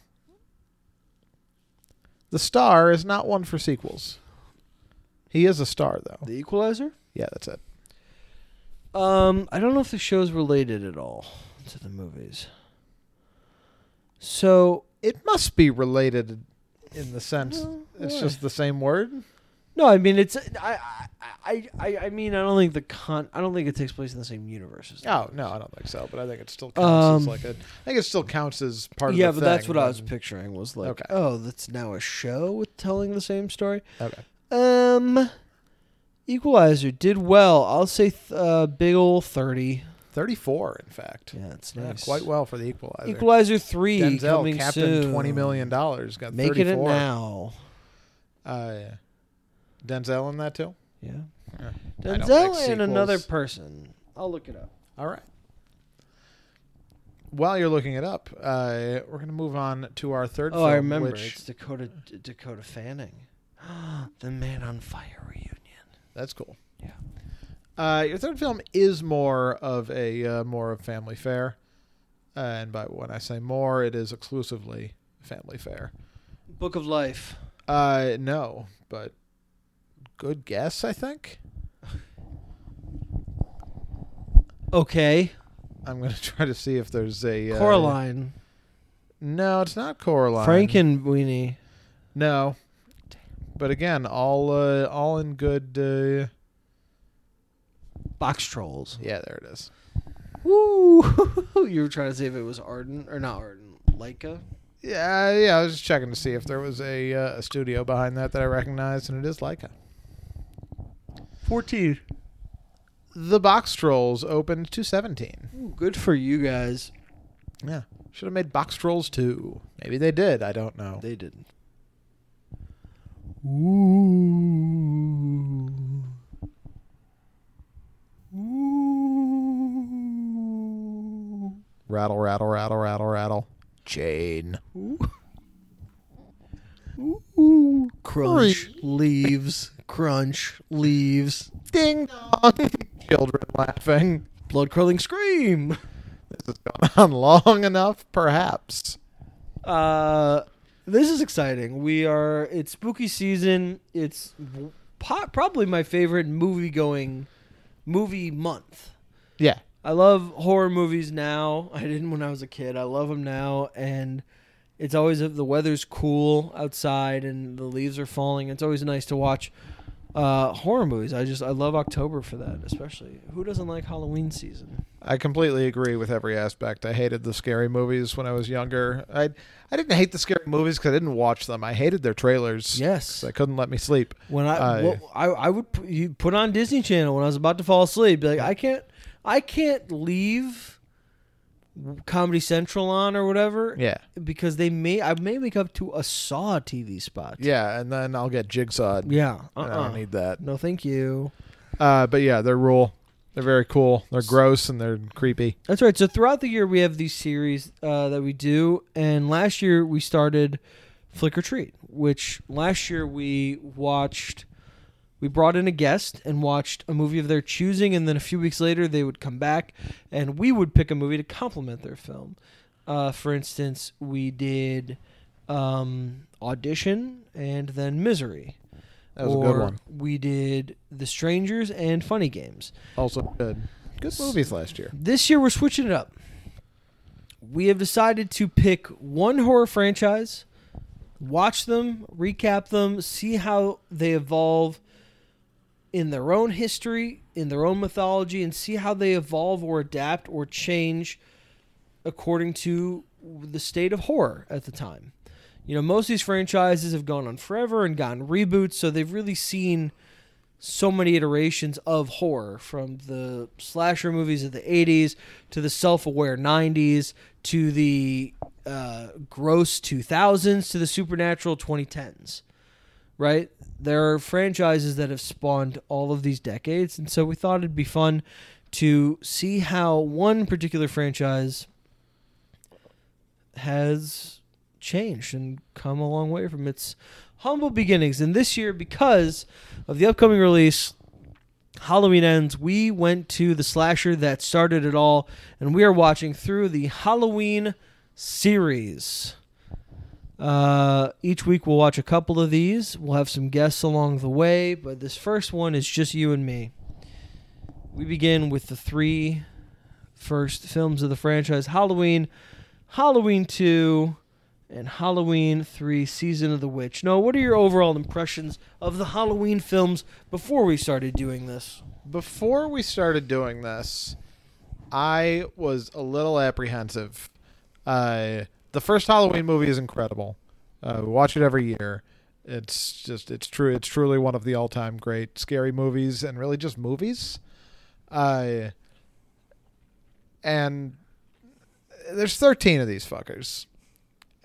S2: The Star is not one for sequels. He is a star, though.
S1: The Equalizer.
S2: Yeah, that's it.
S1: Um, I don't know if the show's related at all to the movies. So
S2: It must be related in the sense it's
S1: why?
S2: just the same word.
S1: no, I mean it's I I, I I mean I don't think the con I don't think it takes place in the same universe. As the
S2: Oh
S1: movies.
S2: no, I don't think so. But I think it still counts
S1: Um,
S2: as like a. I think it still counts as part
S1: yeah,
S2: of. the
S1: but that's
S2: thing,
S1: what I was
S2: but-
S1: picturing was like,
S2: Okay.
S1: oh, that's now a show with telling the same story.
S2: Okay.
S1: Um, Equalizer did well. I'll say th- uh, big ol' thirty.
S2: 34, in fact.
S1: Yeah, it's
S2: Yeah,
S1: nice.
S2: quite well for the Equalizer.
S1: Equalizer three
S2: Denzel,
S1: coming
S2: Captain,
S1: soon.
S2: twenty million dollars, got
S1: Making it
S2: thirty-four.
S1: now.
S2: Uh, Denzel in that too.
S1: Yeah.
S2: Yeah. I don't
S1: Denzel and
S2: like
S1: another
S2: sequels.
S1: person. I'll look it up.
S2: All right. While you're looking it up, uh, we're gonna move on to our third.
S1: Oh,
S2: film,
S1: I remember.
S2: which-
S1: It's Dakota D- Dakota Fanning. the Man on Fire reunion.
S2: that's cool.
S1: Yeah.
S2: Uh, your third film is more of a uh, more of family fare, uh, and by when I say more, it is exclusively family fare.
S1: Book of Life.
S2: Uh, no, but good guess, I think.
S1: Okay.
S2: I'm gonna try to see if there's a uh,
S1: Coraline.
S2: No, it's not Coraline.
S1: Frankenweenie.
S2: No. But again, all uh, all in good. Uh,
S1: Box Trolls.
S2: yeah, there it is.
S1: Woo! you were trying to see if it was Arden or not Arden. Leica.
S2: Yeah, yeah. I was just checking to see if there was a uh, a studio behind that that I recognized, and it is Leica.
S1: Fourteen.
S2: The Box Trolls opened to seventeen.
S1: good for you guys.
S2: Yeah, should have made Box Trolls two. Maybe they did. I don't know.
S1: They didn't.
S2: Rattle, rattle, rattle, rattle, rattle. Jane.
S1: Crunch leaves. Crunch leaves.
S2: Ding dong. Children laughing.
S1: Blood curdling scream.
S2: This has gone on long enough, perhaps.
S1: Uh, this is exciting. We are. It's spooky season. It's po- probably my favorite movie going movie month.
S2: Yeah.
S1: I love horror movies now. I didn't when I was a kid. I love them now, and it's always the weather's cool outside and the leaves are falling. It's always nice to watch uh, horror movies. I just I love October for that, especially. Who doesn't like Halloween season?
S2: I completely agree with every aspect. I hated the scary movies when I was younger. I I didn't hate the scary movies because I didn't watch them. I hated their trailers.
S1: Yes.
S2: They couldn't let me sleep.
S1: When I
S2: I-
S1: well, I, I would put, you put on Disney Channel when I was about to fall asleep. Be like I can't I can't leave Comedy Central on or whatever
S2: Yeah.
S1: because they may I may wake up to a Saw TV spot.
S2: Yeah, and then I'll get jigsawed.
S1: Yeah. Uh-uh.
S2: and I don't need that.
S1: No, thank you.
S2: Uh, but yeah, they're rule. They're very cool. They're gross and they're creepy.
S1: That's right. So throughout the year, we have these series uh, that we do, and last year we started Flick or Treat, which last year we watched. We brought in a guest and watched a movie of their choosing, and then a few weeks later they would come back, and we would pick a movie to complement their film. Uh, for instance, we did um, Audition and then Misery.
S2: That was
S1: or
S2: a good one.
S1: We did The Strangers and Funny Games.
S2: Also good. Good movies last year.
S1: This year we're switching it up. We have decided to pick one horror franchise, watch them, recap them, see how they evolve in their own history, in their own mythology, and see how they evolve or adapt or change according to the state of horror at the time. You know, most of these franchises have gone on forever and gotten reboots, so they've really seen so many iterations of horror from the slasher movies of the 80s to the self-aware 90s to the uh, gross 2000s to the supernatural 2010s right there are franchises that have spawned all of these decades and so we thought it'd be fun to see how one particular franchise has changed and come a long way from its humble beginnings. And this year, because of the upcoming release, Halloween Ends, we went to the slasher that started it all, and we are watching through the Halloween series. Uh, each week we'll watch a couple of these. We'll have some guests along the way, but this first one is just you and me. We begin with the three first films of the franchise Halloween, Halloween 2, and Halloween 3 Season of the Witch. Now, what are your overall impressions of the Halloween films before we started doing this?
S2: before we started doing this, I was a little apprehensive. Uh, the first Halloween movie is incredible. Uh, we watch it every year. It's just it's true. It's truly one of the all-time great scary movies and really just movies. Uh, and there's 13 of these fuckers,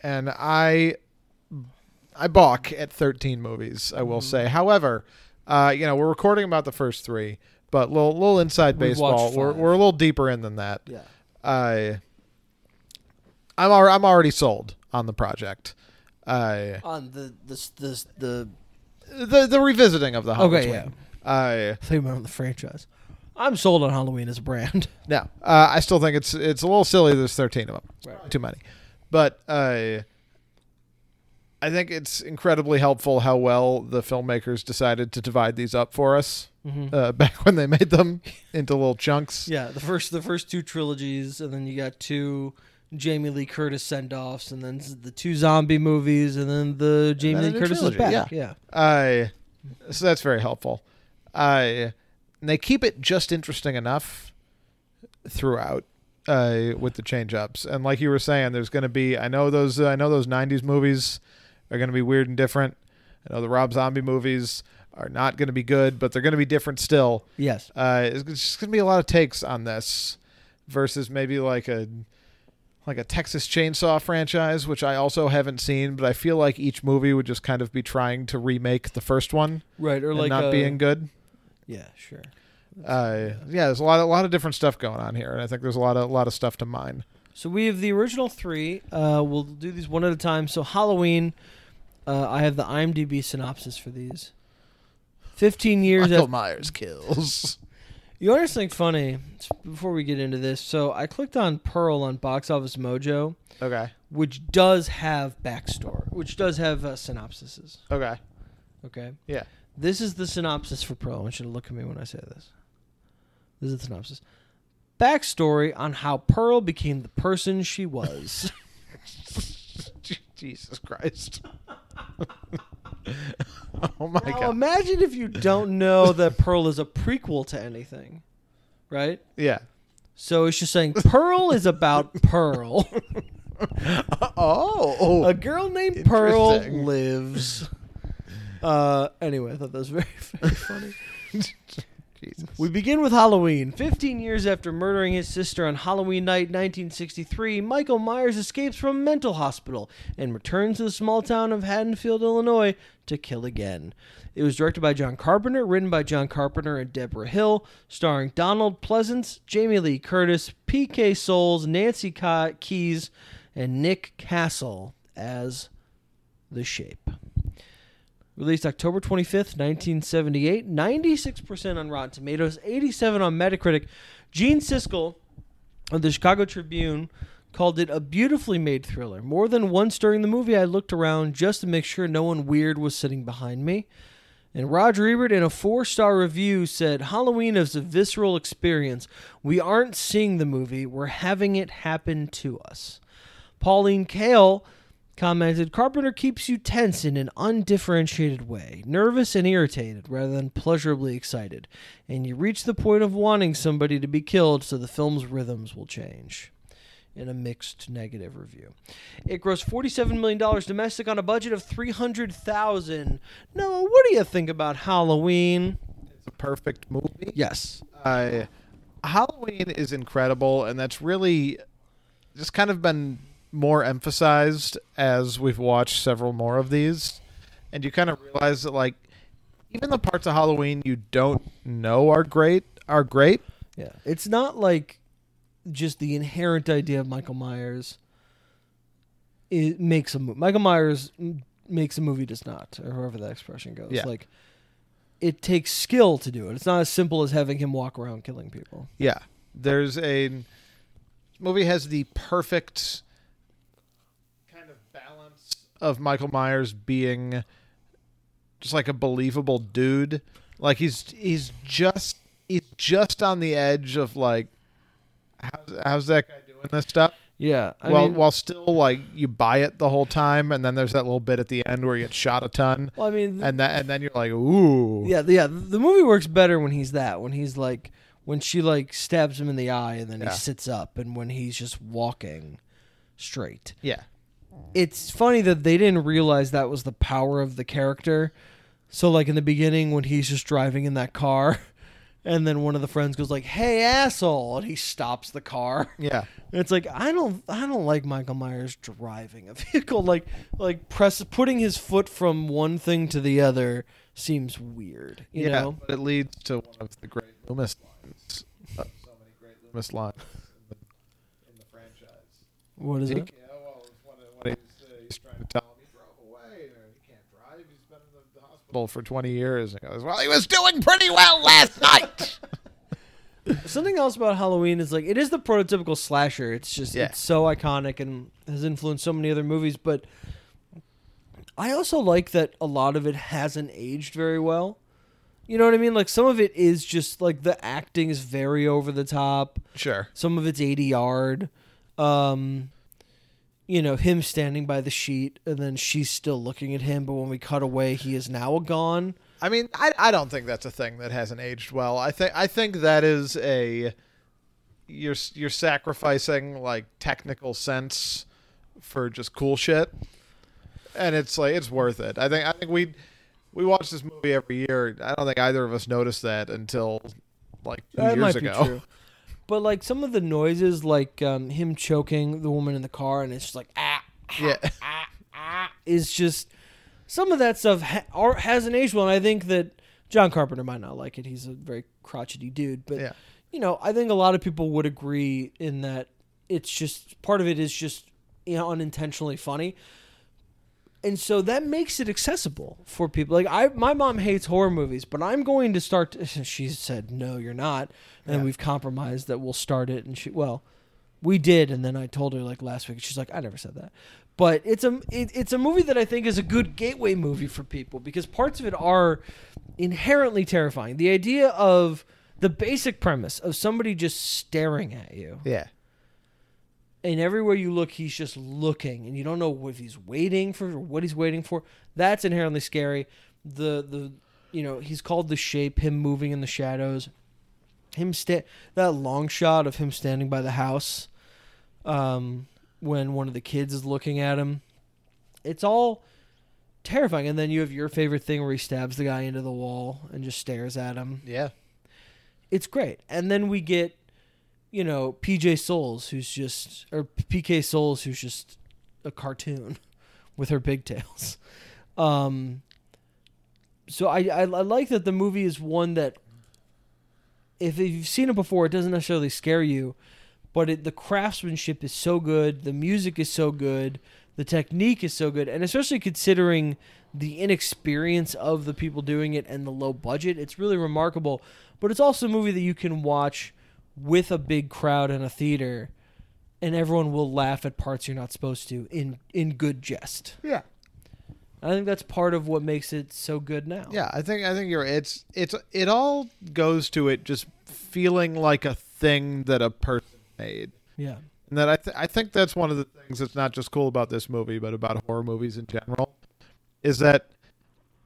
S2: and I I balk at 13 movies. I
S1: Mm-hmm.
S2: will say, however, uh, you know we're recording about the first three, but little little inside
S1: We've
S2: baseball.
S1: watched
S2: We're
S1: five.
S2: we're a little deeper in than that.
S1: Yeah.
S2: I I'm al- I'm already sold on the project. I
S1: On the this this the
S2: the the revisiting of the Halloween.
S1: Okay,
S2: I
S1: I think about the franchise. I'm sold on Halloween as a brand.
S2: no, uh, I still think it's it's a little silly. There's 13 of them. It's
S1: Right.
S2: probably Too many, but uh, I think it's incredibly helpful how well the filmmakers decided to divide these up for us
S1: Mhm.
S2: uh, back when they made them into little chunks.
S1: Yeah, the first the first two trilogies, and then you got two Jamie Lee Curtis send offs, and then the two zombie movies, and then the Jamie
S2: then a
S1: Lee
S2: new
S1: Curtis is
S2: trilogy,
S1: back.
S2: yeah.
S1: yeah.
S2: I so that's very helpful. I and they keep it just interesting enough throughout uh, with the change ups. And like you were saying, there's going to be I know those uh, I know those '90s movies are going to be weird and different. I know the Rob Zombie movies are not going to be good, but they're going to be different still.
S1: Yes.
S2: Uh, it's just going to be a lot of takes on this versus maybe like a like a Texas Chainsaw franchise, which I also haven't seen, but I feel like each movie would just kind of be trying to remake the first one
S1: Right. Or
S2: and
S1: like uh,
S2: not
S1: a-
S2: being good.
S1: Yeah. Sure.
S2: Uh, yeah, there's a lot, a lot of different stuff going on here, and I think there's a lot of, a lot of stuff to mine.
S1: So we have the original three. Uh, we'll do these one at a time. So Halloween, uh, I have the IMDb synopsis for these. Fifteen years. af-
S2: Myers kills.
S1: you want something funny? It's- Before we get into this, so I clicked on Pearl on Box Office Mojo,
S2: Okay,
S1: which does have backstory, which does have uh, synopsises.
S2: okay,
S1: Okay.
S2: Yeah.
S1: This is the synopsis for Pearl. I want you to look at me when I say this. This is the synopsis. Backstory on how Pearl became the person she was.
S2: Jesus Christ. oh my
S1: now,
S2: god.
S1: imagine if you don't know that Pearl is a prequel to anything, right?
S2: Yeah.
S1: So it's just saying Pearl is about Pearl.
S2: Oh.
S1: A girl named Pearl
S2: Interesting.
S1: lives. Uh, anyway, I thought that was very, very funny.
S2: Jesus.
S1: We begin with Halloween. 15 years after murdering his sister on Halloween night 1963, Michael Myers escapes from a mental hospital and returns to the small town of Haddonfield, Illinois to kill again. It was directed by John Carpenter, written by John Carpenter and Deborah Hill, starring Donald Pleasance, Jamie Lee Curtis, PK Souls, Nancy Ka- Keys, and Nick Castle as The Shape. Released October 25th, 1978. 96% on Rotten Tomatoes, 87 on Metacritic. Gene Siskel of the Chicago Tribune called it a beautifully made thriller. More than once during the movie, I looked around just to make sure no one weird was sitting behind me. And Roger Ebert, in a four star review, said Halloween is a visceral experience. We aren't seeing the movie, we're having it happen to us. Pauline Kael commented Carpenter keeps you tense in an undifferentiated way, nervous and irritated rather than pleasurably excited, and you reach the point of wanting somebody to be killed so the film's rhythms will change. In a mixed negative review, it grossed forty-seven million dollars domestic on a budget of three hundred thousand. Noah, what do you think about Halloween?
S2: It's a perfect movie.
S1: Yes,
S2: uh, Halloween is incredible, and that's really just kind of been more emphasized as we've watched several more of these, and you kind of realize that like even the parts of Halloween you don't know are great are great.
S1: yeah. It's not like just the inherent idea of Michael Myers. It makes a movie. Michael Myers m- makes a movie does not, or however that expression goes.
S2: Yeah.
S1: Like it takes skill to do it. It's not as simple as having him walk around killing people.
S2: Yeah, there's a movie has the perfect kind of balance of Michael Myers being just like a believable dude. Like he's he's just he's just on the edge of like how's, how's that guy doing this stuff?
S1: Yeah. I
S2: while
S1: mean,
S2: while still like you buy it the whole time, and then there's that little bit at the end where you get shot a ton,
S1: well, I mean,
S2: and that and then you're like ooh
S1: yeah, yeah. The movie works better when he's that. When he's like, when she like stabs him in the eye and then
S2: Yeah.
S1: he sits up, and when he's just walking straight.
S2: yeah
S1: it's funny that they didn't realize that was the power of the character. So like in the beginning when he's just driving in that car and then one of the friends goes like, "Hey, asshole!" and he stops the car.
S2: Yeah.
S1: And it's like I don't I don't like Michael Myers driving a vehicle like like press putting his foot from one thing to the other seems weird, you
S2: yeah.
S1: know.
S2: But it leads to one of the great Loomis lines. Uh, so many great Loomis lines in the, in the franchise.
S1: What is
S2: He
S1: it?
S2: can't- oh, well, it's one of- one of his, uh, he's trying to tell him he drove away or he can't drive. He's been in the, the hospital for 20 years. And he goes, well, he was doing pretty well last night.
S1: Something else about Halloween is like it is the prototypical slasher. It's just
S2: Yeah.
S1: it's so iconic and has influenced so many other movies, but I also like that a lot of it hasn't aged very well. You know what I mean? Like some of it is just like the acting is very over the top.
S2: sure.
S1: Some of it's 80 yard. Um, you know, him standing by the sheet and then she's still looking at him, but when we cut away, he is now gone.
S2: I mean, I, I don't think that's a thing that hasn't aged well. I think I think that is a you're s- you're sacrificing like technical sense for just cool shit, and it's like it's worth it. I think I think we we watch this movie every year. I don't think either of us noticed that until like two
S1: That
S2: years
S1: might
S2: ago.
S1: be true. But like some of the noises, like um, him choking the woman in the car, and it's just like ah,
S2: Yeah,
S1: is just some of that stuff ha- are, hasn't aged well. And I think that John Carpenter might not like it. He's a very crotchety dude, but
S2: Yeah.
S1: you know, I think a lot of people would agree in that it's just part of it is just you know unintentionally funny. And so that makes it accessible for people. Like I, my mom hates horror movies, but I'm going to start. she said, "No, you're not," and
S2: Yeah.
S1: we've compromised that we'll start it. And she, well, we did, and then I told her like last week. She's like, I never said that, but it's a it, it's a movie that I think is a good gateway movie for people because parts of it are inherently terrifying. The idea of the basic premise of somebody just staring at you,
S2: yeah,
S1: and everywhere you look, he's just looking, and you don't know if he's waiting for or what he's waiting for. That's inherently scary. The the you know he's called the shape, him moving in the shadows, him sta- that long shot of him standing by the house, um, when one of the kids is looking at him. It's all terrifying, and then you have your favorite thing where he stabs the guy into the wall and just stares at him
S2: yeah.
S1: it's great. And then we get, you know, PJ Souls, who's just, or PK Souls, who's just a cartoon with her pigtails. Um, so I, I, I like that the movie is one that, if you've seen it before, it doesn't necessarily scare you, but it, the craftsmanship is so good, the music is so good, the technique is so good, and especially considering the inexperience of the people doing it and the low budget, it's really remarkable. But it's also a movie that you can watch with a big crowd in a theater, and everyone will laugh at parts you're not supposed to in in good jest.
S2: Yeah.
S1: I think that's part of what makes it so good now.
S2: Yeah, I think I think you're it's it's it all goes to it just feeling like a thing that a person made.
S1: yeah,
S2: And that I, th- I think that's one of the things that's not just cool about this movie, but about horror movies in general, is that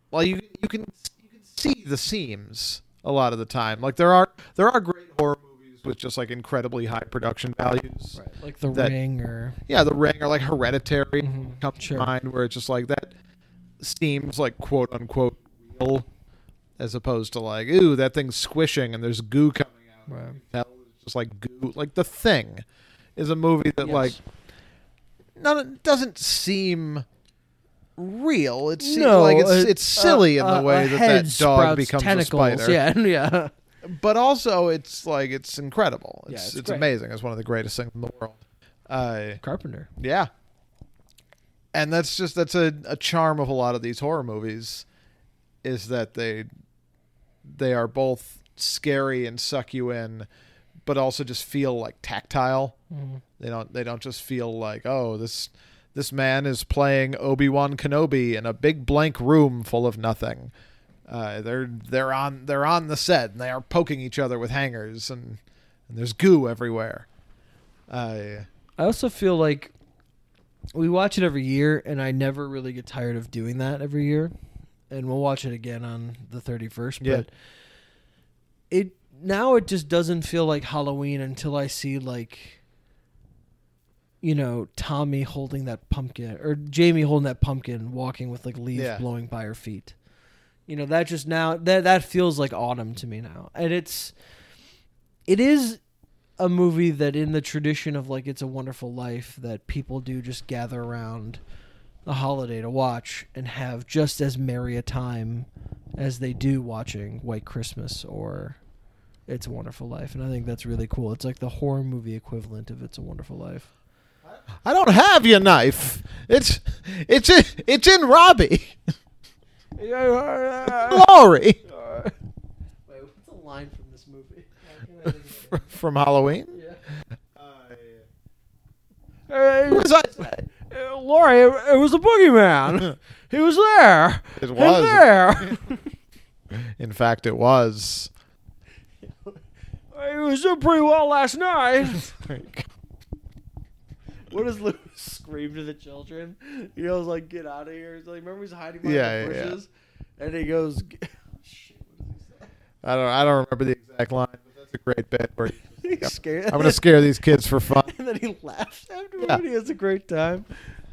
S2: well, you you can you can see the seams a lot of the time. Like there are there are great horror movies with just like incredibly high production values.
S1: right. Like The
S2: That-
S1: Ring, or
S2: Yeah, The Ring or like Hereditary
S1: Mhm,
S2: comes
S1: sure.
S2: to mind, where it's just like that seems like quote unquote real, as opposed to like ooh that thing's squishing and there's goo coming out
S1: right.
S2: that was just like goo. Like the thing is a movie that
S1: Yes.
S2: like none it doesn't seem real. It seems
S1: no,
S2: like it's
S1: a-
S2: it's silly
S1: a-
S2: in the
S1: a-
S2: way
S1: a
S2: that
S1: head
S2: that dog
S1: sprouts
S2: becomes
S1: tentacles.
S2: a spider.
S1: Yeah, yeah.
S2: But also it's like it's incredible.
S1: Yeah,
S2: It's
S1: it's
S2: it's,
S1: great.
S2: amazing. It's one of the greatest things in the world. Uh,
S1: Carpenter.
S2: yeah. And that's just that's a, a charm of a lot of these horror movies is that they they are both scary and suck you in, but also just feel like tactile. They don't they don't just feel like, oh, this this man is playing Obi Wan Kenobi in a big blank room full of nothing. Uh, they're they're on they're on the set and they are poking each other with hangers and, and there's goo everywhere. Uh,
S1: I also feel like we watch it every year, and I never really get tired of doing that every year. And we'll watch it again on the thirty first.
S2: Yeah.
S1: But it now it just doesn't feel like Halloween until I see like you know Tommy holding that pumpkin or Jamie holding that pumpkin, walking with like leaves
S2: Yeah.
S1: blowing by her feet. You know, that just now that that feels like autumn to me now. And it's it is a movie that in the tradition of like It's a Wonderful Life that people do just gather around a holiday to watch and have just as merry a time as they do watching White Christmas or It's a Wonderful Life. And I think that's really cool. It's like the horror movie equivalent of It's a Wonderful Life.
S2: I don't have your knife. It's it's in, it's in Robbie. Glory
S1: Wait, what's the line from this movie?
S2: from Halloween.
S1: Yeah.
S2: What was I-
S1: uh, Lori, it, it was the boogeyman. he was there.
S2: It
S1: He's
S2: was.
S1: there.
S2: In fact, it was.
S1: he was doing pretty well last night. what does Lewis scream to the children? He goes like, "Get out of here!" He's like, remember he's hiding behind
S2: Yeah,
S1: the
S2: yeah, yeah.
S1: bushes, and he goes, g- "Shit, what does he say?"
S2: I don't I don't remember the exact line, but that's a great bit. Where
S1: He's scared.
S2: I'm gonna scare these kids for fun.
S1: and then he laughs afterward.
S2: Yeah.
S1: He has a great time.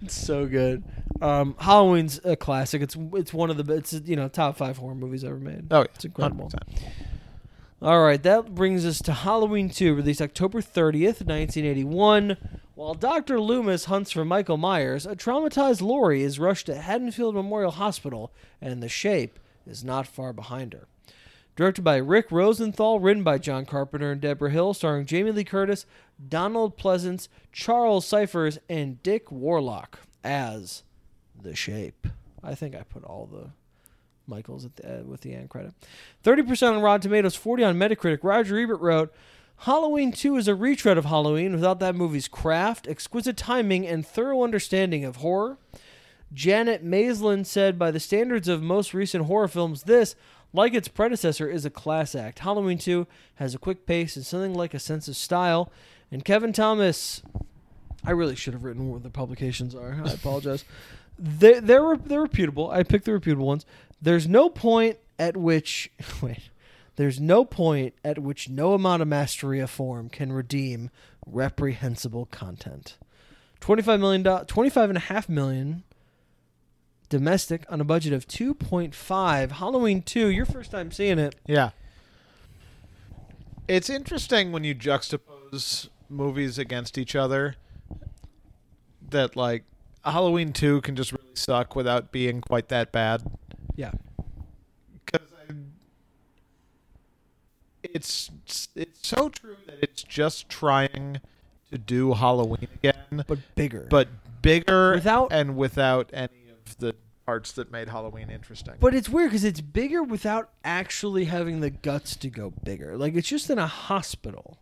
S1: It's so good. Um, Halloween's a classic. It's it's one of the it's you know top five horror movies ever made.
S2: Oh, yeah.
S1: it's incredible.
S2: 100%.
S1: All right, that brings us to Halloween 2, released October 30th, 1981. While Dr. Loomis hunts for Michael Myers, a traumatized Lori is rushed to Haddonfield Memorial Hospital, and the shape is not far behind her. Directed by Rick Rosenthal, written by John Carpenter and Deborah Hill, starring Jamie Lee Curtis, Donald Pleasance, Charles Cyphers, and Dick Warlock as the shape. I think I put all the Michaels at the, uh, with the end credit. 30% on Rotten Tomatoes, 40 on Metacritic. Roger Ebert wrote, Halloween 2 is a retread of Halloween without that movie's craft, exquisite timing, and thorough understanding of horror. Janet Maislin said, by the standards of most recent horror films, this, like its predecessor, is a class act. Halloween 2 has a quick pace and something like a sense of style. And Kevin Thomas, I really should have written what the publications are. I apologize. they, they're, re- they're reputable. I picked the reputable ones. There's no point at which. Wait. There's no point at which no amount of mastery of form can redeem reprehensible content. 25 million do- 25 and a half million domestic on a budget of 2.5 halloween 2 your first time seeing it
S2: Yeah. It's interesting when you juxtapose movies against each other that like Halloween 2 can just really suck without being quite that bad
S1: yeah
S2: cuz it's it's so true that it's just trying to do Halloween again
S1: but bigger
S2: but bigger
S1: Without-
S2: and without any of the parts that made Halloween interesting.
S1: but it's weird because it's bigger without actually having the guts to go bigger like it's just in a hospital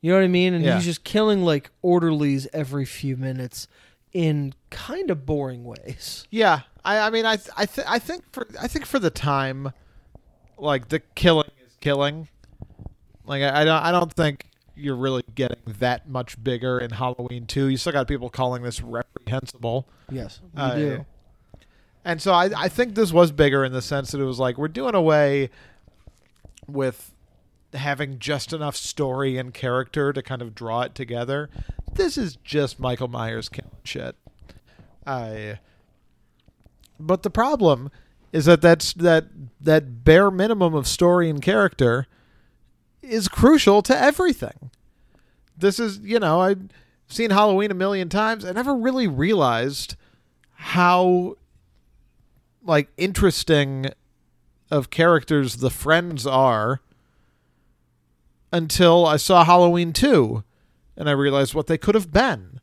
S1: you know what i mean and
S2: Yeah.
S1: he's just killing like orderlies every few minutes in kind of boring ways
S2: Yeah, I, I mean, I, th- I, th- I think for, I think for the time, like the killing is killing. Like I, I don't, I don't think you're really getting that much bigger in Halloween two. You still got people calling this reprehensible.
S1: yes we
S2: Uh,
S1: do
S2: And so I, I think this was bigger in the sense that it was like we're doing away with having just enough story and character to kind of draw it together. This is just Michael Myers killing shit. I. But the problem is that that's that that bare minimum of story and character is crucial to everything. This is, you know, I've seen Halloween a million times. I never really realized how like interesting of characters the friends are until I saw Halloween 2 and I realized what they could have been.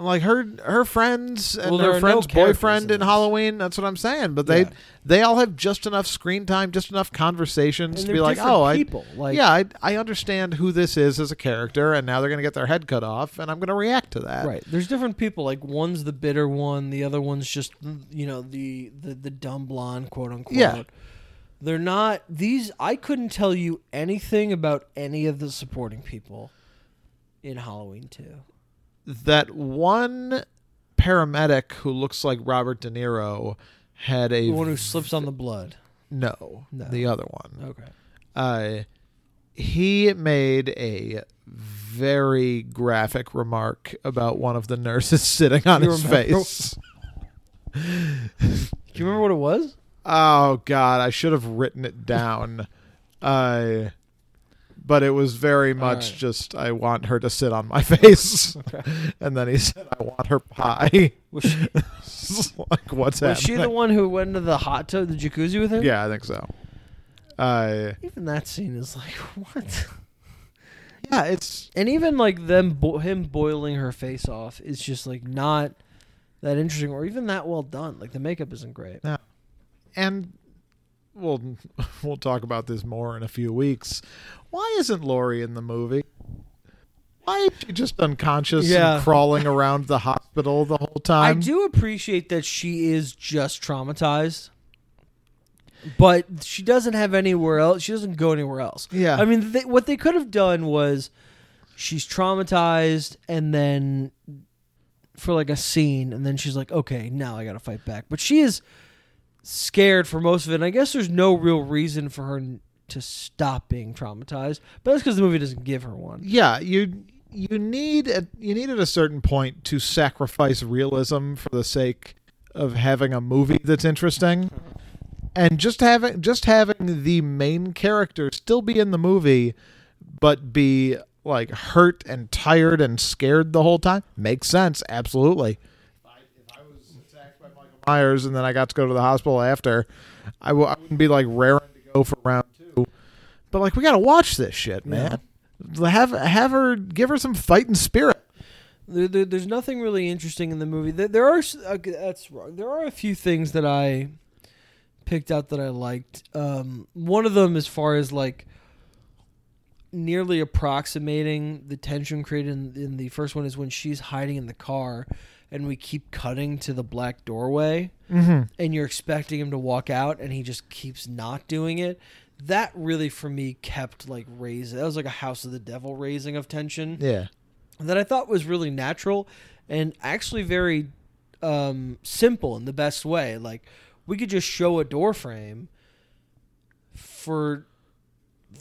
S2: Like her her friends and
S1: Well, there
S2: her
S1: are no
S2: friend's
S1: characters
S2: boyfriend
S1: in
S2: in,
S1: this.
S2: Halloween, that's what I'm saying, but they
S1: Yeah.
S2: they all have just enough screen time, just enough conversations
S1: and
S2: to
S1: they're
S2: be like,
S1: different
S2: "Oh,
S1: people
S2: I
S1: like
S2: yeah, I, I understand who this is as a character, and now they're going to get their head cut off, and I'm going to react to that.
S1: Right. There's different people. Like one's the bitter one, the other one's just you know the the, the dumb blonde, quote unquote.
S2: Yeah.
S1: They're not these. I couldn't tell you anything about any of the supporting people in Halloween Two.
S2: That one paramedic who looks like Robert De Niro had a
S1: The one who slips on the blood.
S2: no,
S1: No.
S2: the other one.
S1: Okay.
S2: Uh, he made a very graphic remark about one of the nurses sitting on
S1: You
S2: his
S1: remember?
S2: face.
S1: Do you remember what it was?
S2: Oh God, I should have written it down. I but it was very much
S1: right.
S2: just I want her to sit on my face. and then he said I want her pie.
S1: Was she,
S2: It's like what's
S1: was she
S2: happening?
S1: the one who went into the hot tub, the jacuzzi with him?
S2: yeah, I think so. Uh,
S1: Even that scene is like what?
S2: yeah, it's
S1: And even like them bo- him boiling her face off is just like not that interesting or even that well done. Like the makeup isn't great.
S2: and we'll we'll talk about this more in a few weeks. Why isn't Lori in the movie? Why is she just unconscious
S1: Yeah.
S2: and crawling around the hospital the whole
S1: I
S2: time?
S1: do appreciate that she is just traumatized. But she doesn't have anywhere else. She doesn't go anywhere else.
S2: Yeah.
S1: I mean, they, what they could have done was she's traumatized and then for like a scene and then she's like, "Okay, now I got to fight back." But she is scared for most of it. And I guess there's no real reason for her n- to stop being traumatized. But that's cuz the movie doesn't give her one.
S2: yeah you you need at you need at a certain point to sacrifice realism for the sake of having a movie that's interesting and just having just having the main character still be in the movie but be like hurt and tired and scared the whole time makes sense absolutely Myers, and then I got to go to the hospital after. I w- I wouldn't be like raring to go for round two, but like we gotta watch this shit, man. Have have her give her some fighting spirit.
S1: There, there, there's nothing really interesting in the movie. There, there are s- okay, that's wrong. There are a few things that I picked out that I liked. Um, one of them, as far as like nearly approximating the tension created in, in the first one, is when she's hiding in the car, and we keep cutting to the black doorway, and you're expecting him to walk out, and he just keeps not doing it. That really, for me, kept like raising. That was like a House of the Devil raising of tension
S2: Yeah,
S1: that I thought was really natural and actually very um, simple in the best way. Like we could just show a door frame for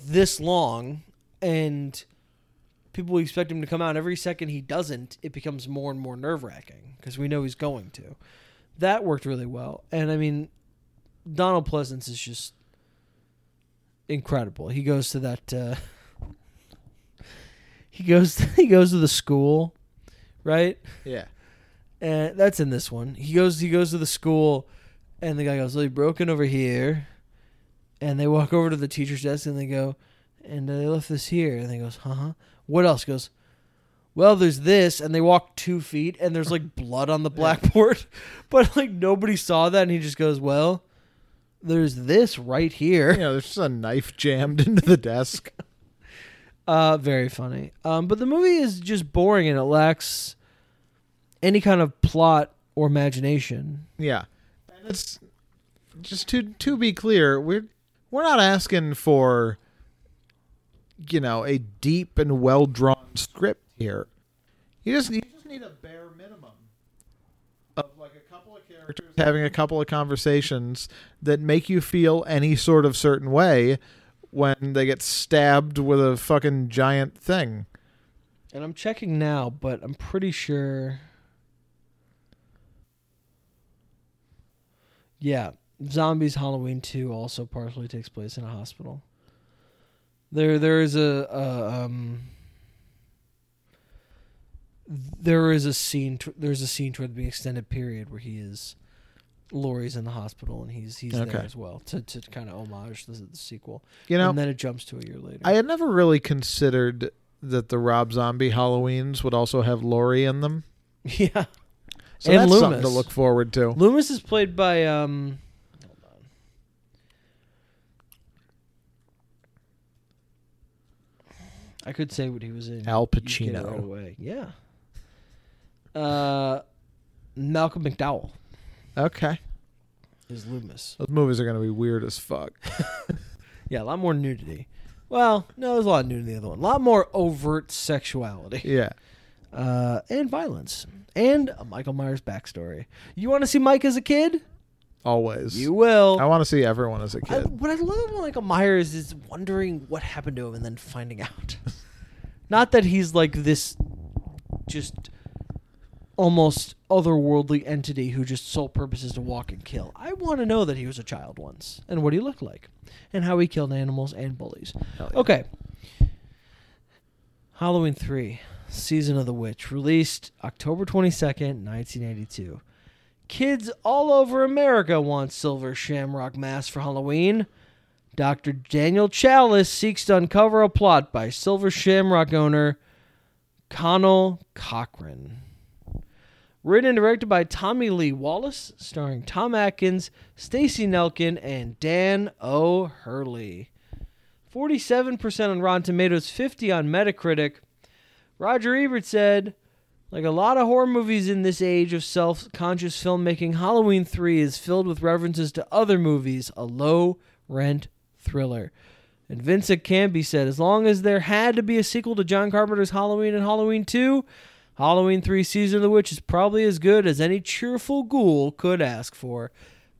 S1: this long and people expect him to come out every second he doesn't it becomes more and more nerve-wracking because we know he's going to that worked really well and i mean donald pleasance is just incredible he goes to that uh, he goes he goes to the school right
S2: yeah,
S1: and Eh, that's in this one he goes he goes to the school and the guy goes well he broke in over here and they walk over to the teacher's desk and they go and uh, they left this here and they goes huh what else He goes well there's this and they walk two feet and there's like blood on the blackboard but like nobody saw that and he just goes well there's this right here
S2: you know, there's just a knife jammed into the desk.
S1: Uh, very funny. Um, but the movie is just boring and it lacks any kind of plot or imagination.
S2: Yeah, and it's just to to be clear, we're we're not asking for you know a deep and well drawn script here. You just you just need a bare minimum of like a couple of characters having a couple of conversations that make you feel any sort of certain way when they get stabbed with a fucking giant thing.
S1: And I'm checking now, but I'm pretty sure. Yeah, Zombies Halloween 2 also partially takes place in a hospital. There there is a, a um there is a scene tw- there's a scene toward the extended period where he is Laurie's in the hospital and he's he's
S2: Okay.
S1: there as well to, to kind of homage the, the sequel.
S2: You know,
S1: and then it jumps to a year later.
S2: I had never really considered that the Rob Zombie Halloweens would also have Laurie in them.
S1: yeah.
S2: So
S1: And
S2: that's
S1: Loomis.
S2: something to look forward to.
S1: Loomis is played by um. Hold on. I could say what he was in.
S2: Al
S1: You'd get it right
S2: Pacino.
S1: away. Yeah. Uh, Malcolm McDowell
S2: Okay.
S1: is Loomis.
S2: Those movies are going to be weird as fuck.
S1: Yeah, a lot more nudity. Well, no, there's a lot of nudity in the other one. A lot more overt sexuality
S2: Yeah.
S1: uh, and violence and a Michael Myers backstory. You want to see Mike as a kid?
S2: Always.
S1: You will.
S2: I want to see everyone as a
S1: I,
S2: kid.
S1: what I love about Michael Myers is wondering what happened to him and then finding out. Not that he's like this just almost otherworldly entity who just sole purpose is to walk and kill. I want to know that he was a child once and what he looked like and how he killed animals and bullies.
S2: Hell yeah.
S1: Okay. Halloween 3, Season of the Witch, released October 22nd, 1982. Kids all over America want Silver Shamrock Mass for Halloween. Dr. Daniel Chalice seeks to uncover a plot by Silver Shamrock owner Connell Cochran. Written and directed by Tommy Lee Wallace, starring Tom Atkins, Stacy Nelkin, and Dan O'Hurley. 47% on Rotten Tomatoes, 50 on Metacritic. Roger Ebert said, like a lot of horror movies in this age of self conscious filmmaking, Halloween 3 is filled with references to other movies, a low rent thriller. And Vincent Canby said, as long as there had to be a sequel to John Carpenter's Halloween and Halloween 2, Halloween 3 Season of the Witch is probably as good as any cheerful ghoul could ask for.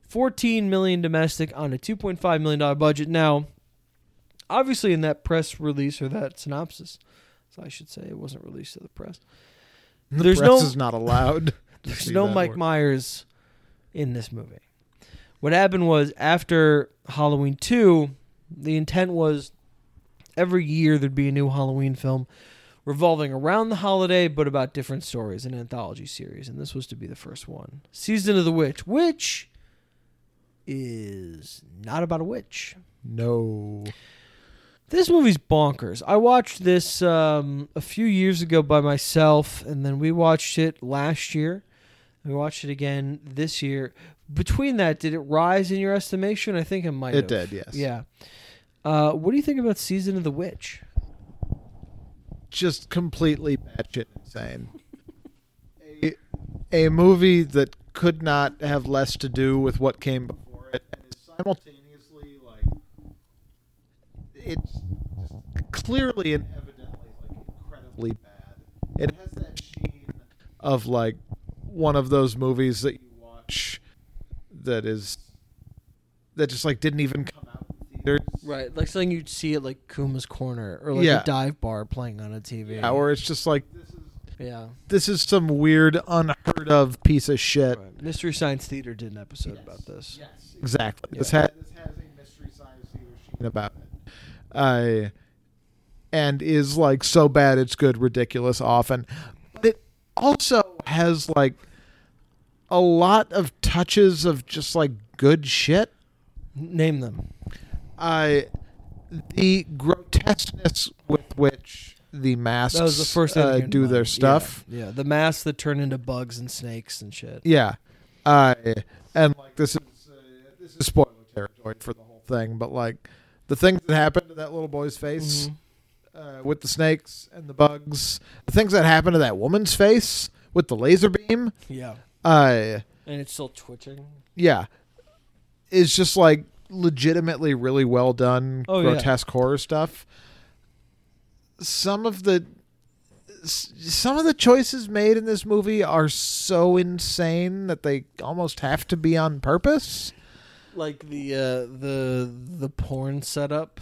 S1: 14 million domestic on a 2.5 million dollar budget. Now, obviously in that press release or that synopsis, so I should say it wasn't released to the press.
S2: The
S1: There's
S2: press
S1: no-
S2: is not allowed. to
S1: There's
S2: see
S1: no
S2: that
S1: Mike
S2: word.
S1: Myers in this movie. What happened was after Halloween 2, the intent was every year there'd be a new Halloween film revolving around the holiday but about different stories, an anthology series, and this was to be the first one. Season of the Witch, which is not about a witch.
S2: No.
S1: This movie's bonkers. I watched this um, a few years ago by myself, and then we watched it last year. We watched it again this year. Between that, did it rise in your estimation? I think it might.
S2: It
S1: have.
S2: did, yes.
S1: Yeah. Uh, what do you think about Season of the Witch?
S2: Just completely batshit insane. a, a movie that could not have less to do with what came before it and is simultaneously like it's just clearly and evidently like incredibly bad. It has that sheen of like one of those movies that you watch that is that just like didn't even come out in theaters.
S1: Right, like something you'd see at like Kuma's Corner or like
S2: Yeah.
S1: a dive bar playing on a TV.
S2: Yeah, or it's just like
S1: yeah.
S2: this is some weird, unheard of piece of shit.
S1: Right. Mystery Science Theater did an episode about this.
S2: Yes, exactly. This,
S1: Yeah.
S2: ha- this has a mystery science theater sheen about it, uh, and is like so bad it's good, ridiculous often. But it also has like a lot of touches of just like good shit.
S1: N- Name them.
S2: I the grotesqueness with which the masks
S1: That was the first thing that
S2: uh,
S1: came to
S2: do their
S1: mind.
S2: stuff.
S1: Yeah. yeah, the masks that turn into bugs and snakes and shit.
S2: Yeah, uh, and like this is uh, this is spoiler territory for the whole thing, but like the things that happened to that little boy's
S1: Mm-hmm.
S2: face uh, with the snakes and the bugs, the things that happened to that woman's face with the laser beam,
S1: Yeah.
S2: uh,
S1: And it's still twitching.
S2: yeah, is just like legitimately really well done
S1: Oh, yeah.
S2: grotesque horror stuff. Some of the s- some of the choices made in this movie are so insane that they almost have to be on purpose.
S1: Like the uh, the the porn setup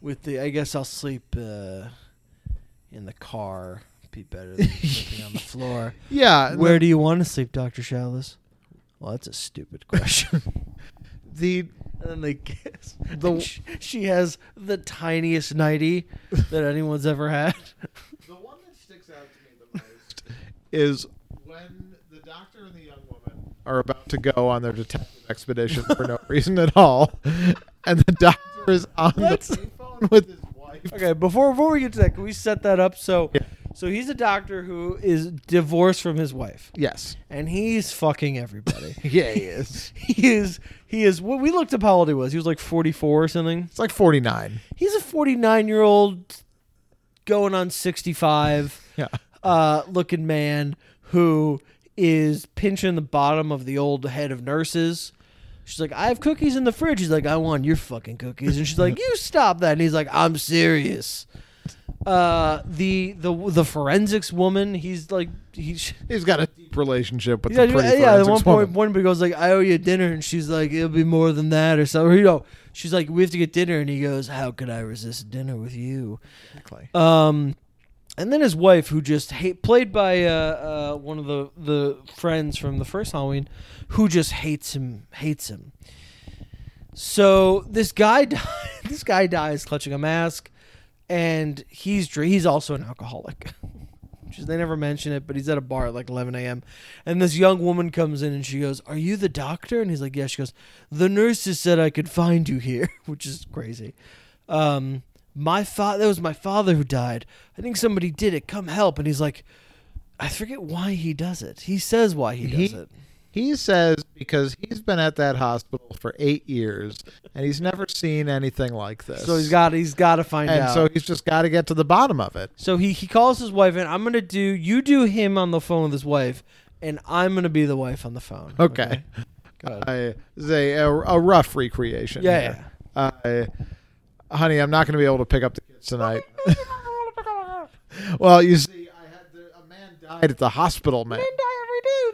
S1: with the I guess I'll sleep uh, in the car. Be better than sleeping on the floor.
S2: Yeah, and
S1: Where do you want to sleep, Doctor Chalice? Well, that's a stupid question.
S2: the
S1: and then they kiss.
S2: The-
S1: And sh- she has the tiniest nighty that anyone's ever had.
S2: The one that sticks out to me the most is when the doctor and the young woman are about to go on their detective expedition for no reason at all, and the doctor is on
S1: Let's-
S2: the phone with his wife.
S1: Okay, before before we get to that, can we set that up? So,
S2: Yeah.
S1: so he's a doctor who is divorced from his wife,
S2: Yes.
S1: and he's fucking everybody.
S2: Yeah, he is.
S1: he is he is what we looked up how old he was. He was like 44 or something.
S2: It's like 49.
S1: He's a 49 year old going on 65
S2: Yeah.
S1: uh looking man who is pinching the bottom of the old head of nurses. She's like, I have cookies in the fridge. He's like, I want your fucking cookies. And she's like, You stop that. And he's like, I'm serious. Uh, the the the forensics woman. He's like, he's
S2: He's got a deep relationship with
S1: yeah,
S2: the pretty
S1: yeah. At
S2: forensics
S1: one point,
S2: woman.
S1: one goes like, "I owe you dinner," and she's like, "It'll be more than that," or something. Or, you know, she's like, "We have to get dinner," and he goes, "How could I resist dinner with you?" Um, and then his wife, who just hate, played by uh, uh, one of the the friends from the first Halloween, who just hates him, hates him. So this guy, die- this guy dies clutching a mask, and he's dr- he's also an alcoholic. Which is, they never mention it, but he's at a bar at like 11 a.m. And this young woman comes in and she goes, "Are you the doctor?" And he's like, "Yeah." She goes, "The nurses said I could find you here," which is crazy. Um, my father, that was my father who died. I think somebody did it. Come help! And he's like, I forget why he does it. He says why he does
S2: He-
S1: it.
S2: He says because he's been at that hospital for eight years and he's never seen anything like this.
S1: So he's got he's got to find
S2: and
S1: out.
S2: so he's just got to get to the bottom of it.
S1: So he, he calls his wife and I'm gonna do you do him on the phone with his wife, and I'm gonna be the wife on the phone. Oh
S2: Okay.
S1: Go ahead.
S2: I say a, a rough recreation.
S1: Yeah,
S2: here. I- honey, I'm not going to be able to pick up the kids tonight. well, you see, I had the, a man died at the hospital, man.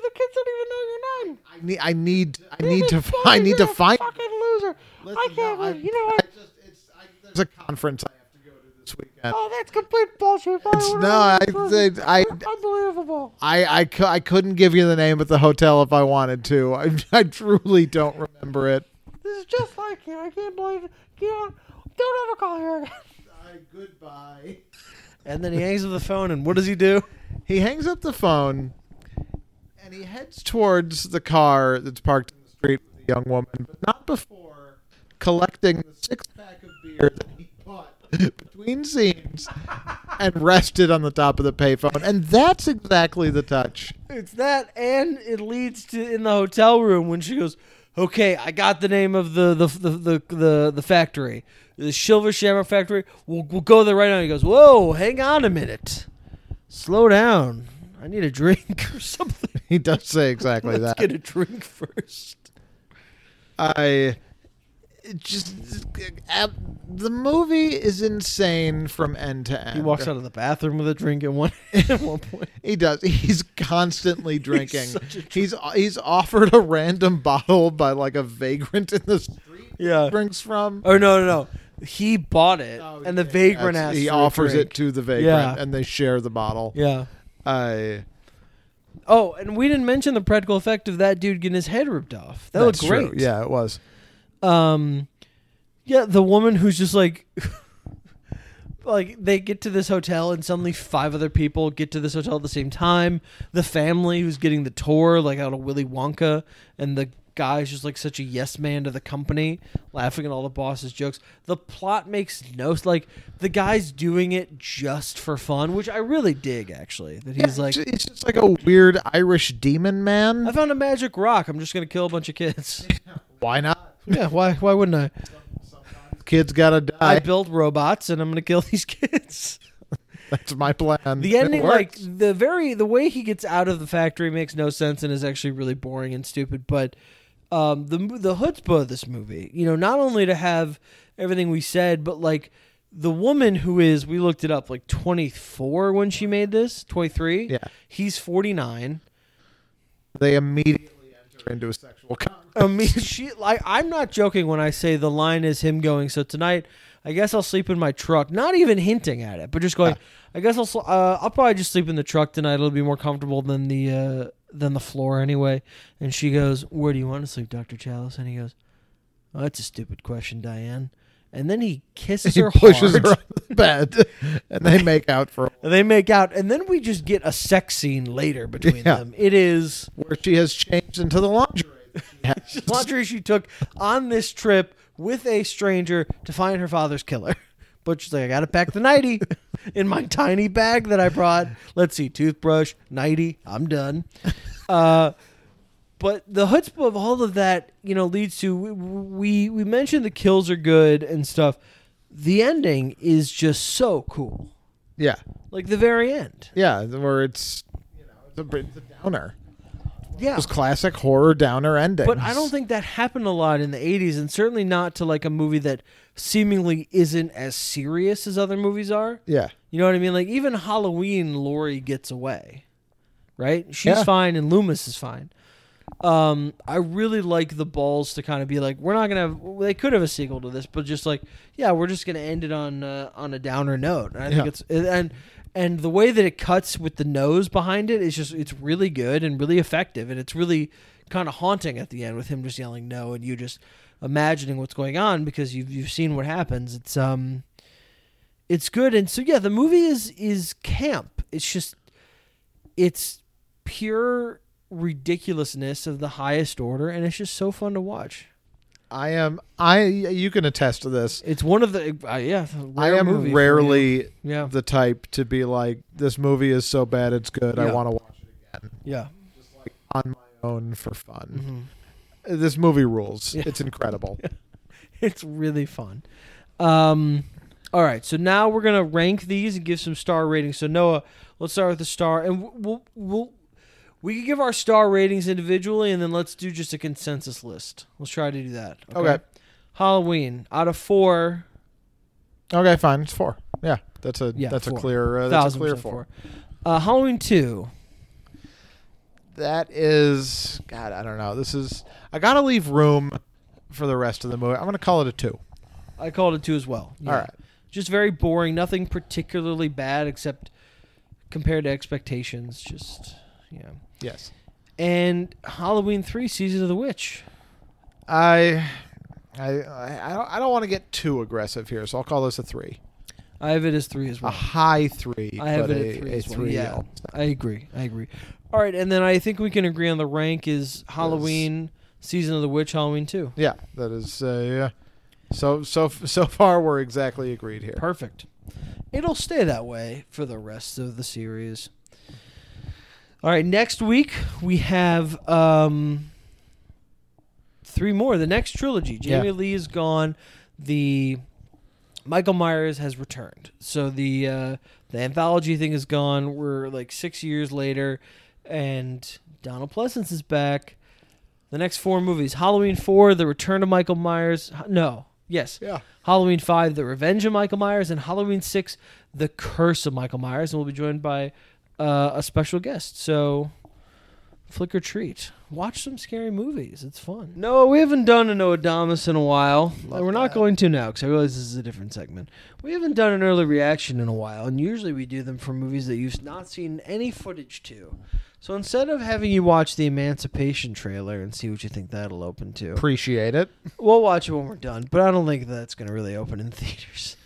S1: The kids don't even know your name.
S2: I need, I need, I need to, fi- I need to find.
S1: loser.
S2: Listen, no, I- I just, it's, I, there's a conference I have to go to this weekend.
S1: Oh, that's complete bullshit.
S2: It's- no, I, I, I,
S1: Unbelievable.
S2: I, I, cou- I couldn't give you the name of the hotel if I wanted to. I, I truly don't remember it.
S1: This is just like you. I can't believe it. Get on. Don't ever call here again.
S2: goodbye.
S1: And then he hangs up the phone, and what does he do?
S2: He hangs up the phone and he heads towards the car that's parked in the street with the young woman, but not before collecting the six pack of beer that he bought between scenes and rested on the top of the payphone. And that's exactly the touch.
S1: It's that, and it leads to in the hotel room when she goes, "Okay, I got the name of the the the the the, the factory, the Silver Shamrock Factory. We'll, we'll go there right now." He goes, "Whoa, hang on a minute, slow down. I need a drink or something.
S2: He does say exactly
S1: Let's
S2: that.
S1: get a drink first.
S2: I it just ab- the movie is insane from end to end.
S1: He walks out of the bathroom with a drink at one at one point.
S2: He does. He's constantly drinking. he's,
S1: such a
S2: he's offered a random bottle by like a vagrant in the street. he
S1: Yeah.
S2: drinks from.
S1: Oh no, no, no. He bought it,
S2: Oh,
S1: and the
S2: yeah.
S1: vagrant
S2: That's-
S1: asked.
S2: He
S1: for a
S2: offers it
S1: drink.
S2: to the vagrant,
S1: Yeah.
S2: and they share the bottle.
S1: Yeah.
S2: I
S1: Oh, and we didn't mention the practical effect of that dude getting his head ripped off. That
S2: that's
S1: looked great.
S2: True. Yeah, it was.
S1: um yeah the woman who's just like like they get to this hotel and suddenly five other people get to this hotel at the same time the family who's getting the tour like out of willy wonka and the guy's just like such a yes man to the company laughing at all the boss's jokes the plot makes no s- like the guy's doing it just for fun which i really dig actually that he's
S2: Yeah,
S1: like
S2: it's- it's just like a weird Irish demon
S1: i
S2: man.
S1: found a magic rock i'm just gonna kill a bunch of kids
S2: Why not?
S1: yeah why why wouldn't i
S2: Kids gotta
S1: I,
S2: die.
S1: built robots and I'm gonna kill these kids.
S2: That's my plan.
S1: The
S2: It
S1: ending,
S2: works.
S1: like the very the way he gets out of the factory, makes no sense and is actually really boring and stupid. But um, the mo- the chutzpah of this movie, you know, not only to have everything we said, but like the woman who is we looked it up like 24 when she made this 23
S2: Yeah.
S1: he's 49
S2: they immediately enter into a sexual con-
S1: I mean, she like I'm not joking when I say the line is him going. So tonight, I guess I'll sleep in my truck. Not even hinting at it, but just going. I guess I'll sl- uh, I'll probably just sleep in the truck tonight. It'll be more comfortable than the uh, than the floor anyway. And she goes, "Where do you want to sleep, Doctor Chalice?" And he goes, oh, "That's a stupid question, Diane." And then he kisses
S2: He
S1: her
S2: pushes
S1: hard.
S2: her on the bed, and they make out for a
S1: And they make out, and then we just get a sex scene later between
S2: Yeah.
S1: them. It is
S2: where she has changed into the lingerie. that she has.
S1: laundry she took on this trip with a stranger to find her father's killer. But she's like, I gotta pack the nighty in my tiny bag that I brought. Let's see, toothbrush, nighty, I'm done. Uh, but the chutzpah of all of that, you know, leads to we, we we mentioned the kills are good and stuff. The ending is just so cool,
S2: yeah,
S1: like the very end.
S2: yeah, where it's you know it's a, bit- it's a downer.
S1: Yeah,
S2: Those classic horror downer endings.
S1: But I don't think that happened a lot in the 80s, and certainly not to like a movie that seemingly isn't as serious as other movies are.
S2: Yeah,
S1: You know what I mean? Like even Halloween, Laurie gets away, right? She's
S2: Yeah.
S1: fine, and Loomis is fine. Um, I really like the balls to kind of be like, we're not gonna. Have, they could have a sequel to this, but just like, yeah, we're just gonna end it on uh, on a downer note. And I think
S2: Yeah.
S1: it's and and the way that it cuts with the nose behind it is just it's really good and really effective and it's really kind of haunting at the end with him just yelling no and you just imagining what's going on because you've you've seen what happens it's um it's good and so yeah the movie is is camp it's just it's pure ridiculousness of the highest order and it's just so fun to watch
S2: I am. I you can attest to this.
S1: it's one of the uh, yeah it's a
S2: I
S1: rare movie
S2: am
S1: for you.
S2: rarely
S1: yeah
S2: the type to be like, this movie is so bad it's good. I
S1: Yeah.
S2: want to watch
S1: yeah
S2: it on my own for fun.
S1: hmm
S2: This movie rules.
S1: Yeah.
S2: It's incredible.
S1: it's really fun. Um, all right, so now we're gonna rank these and give some star ratings. So Noah, let's start with the star, and we'll we'll, we'll we can give our star ratings individually, and then let's do just a consensus list. Let's try to do that.
S2: Okay.
S1: Halloween out of four
S2: Okay, fine. It's four. Yeah, that's a
S1: Yeah,
S2: that's
S1: four.
S2: a clear uh, that's a
S1: thousand
S2: clear
S1: percent
S2: four.
S1: four. Uh, Halloween two.
S2: That is God. I don't know. This is. I gotta leave room for the rest of the movie. I'm gonna call it a two.
S1: I called it two as well. Yeah.
S2: All right.
S1: Just very boring. Nothing particularly bad except compared to expectations. Just yeah.
S2: Yes.
S1: And Halloween three, season of the witch.
S2: I. I, I I don't, I don't want to get too aggressive here, so I'll call this a three,
S1: I have it as three as
S2: a
S1: well.
S2: high three,
S1: I have
S2: but
S1: it
S2: a,
S1: at three
S2: a
S1: as well.
S2: three
S1: yeah,
S2: all-
S1: I agree. I agree. All right, and then I think we can agree on the rank is Halloween, season of the witch, Halloween two.
S2: Yeah, that is uh, yeah. So so so far we're exactly agreed here.
S1: Perfect. It'll stay that way for the rest of the series. All right, next week we have um, three more. The next trilogy.
S2: Yeah.
S1: Jamie Lee is gone. The Michael Myers has returned. So the uh, the anthology thing is gone. We're like six years later, and Donald Pleasance is back. The next four movies: Halloween Four, The Return of Michael Myers. No, yes,
S2: Yeah.
S1: Halloween 5, The Revenge of Michael Myers, and Halloween 6, The Curse of Michael Myers. And we'll be joined by uh, a special guest. So, flick or treat. Watch some scary movies. It's fun. No, we haven't done an Odamus in a while.
S2: Love
S1: and we're not
S2: that.
S1: going to now because I realize this is a different segment. We haven't done an early reaction in a while. And usually we do them for movies that you've not seen any footage to. So, instead of having you watch the Emancipation trailer and see what you think that'll open to,
S2: Appreciate it.
S1: We'll watch it when we're done, but I don't think that's going to really open in theaters.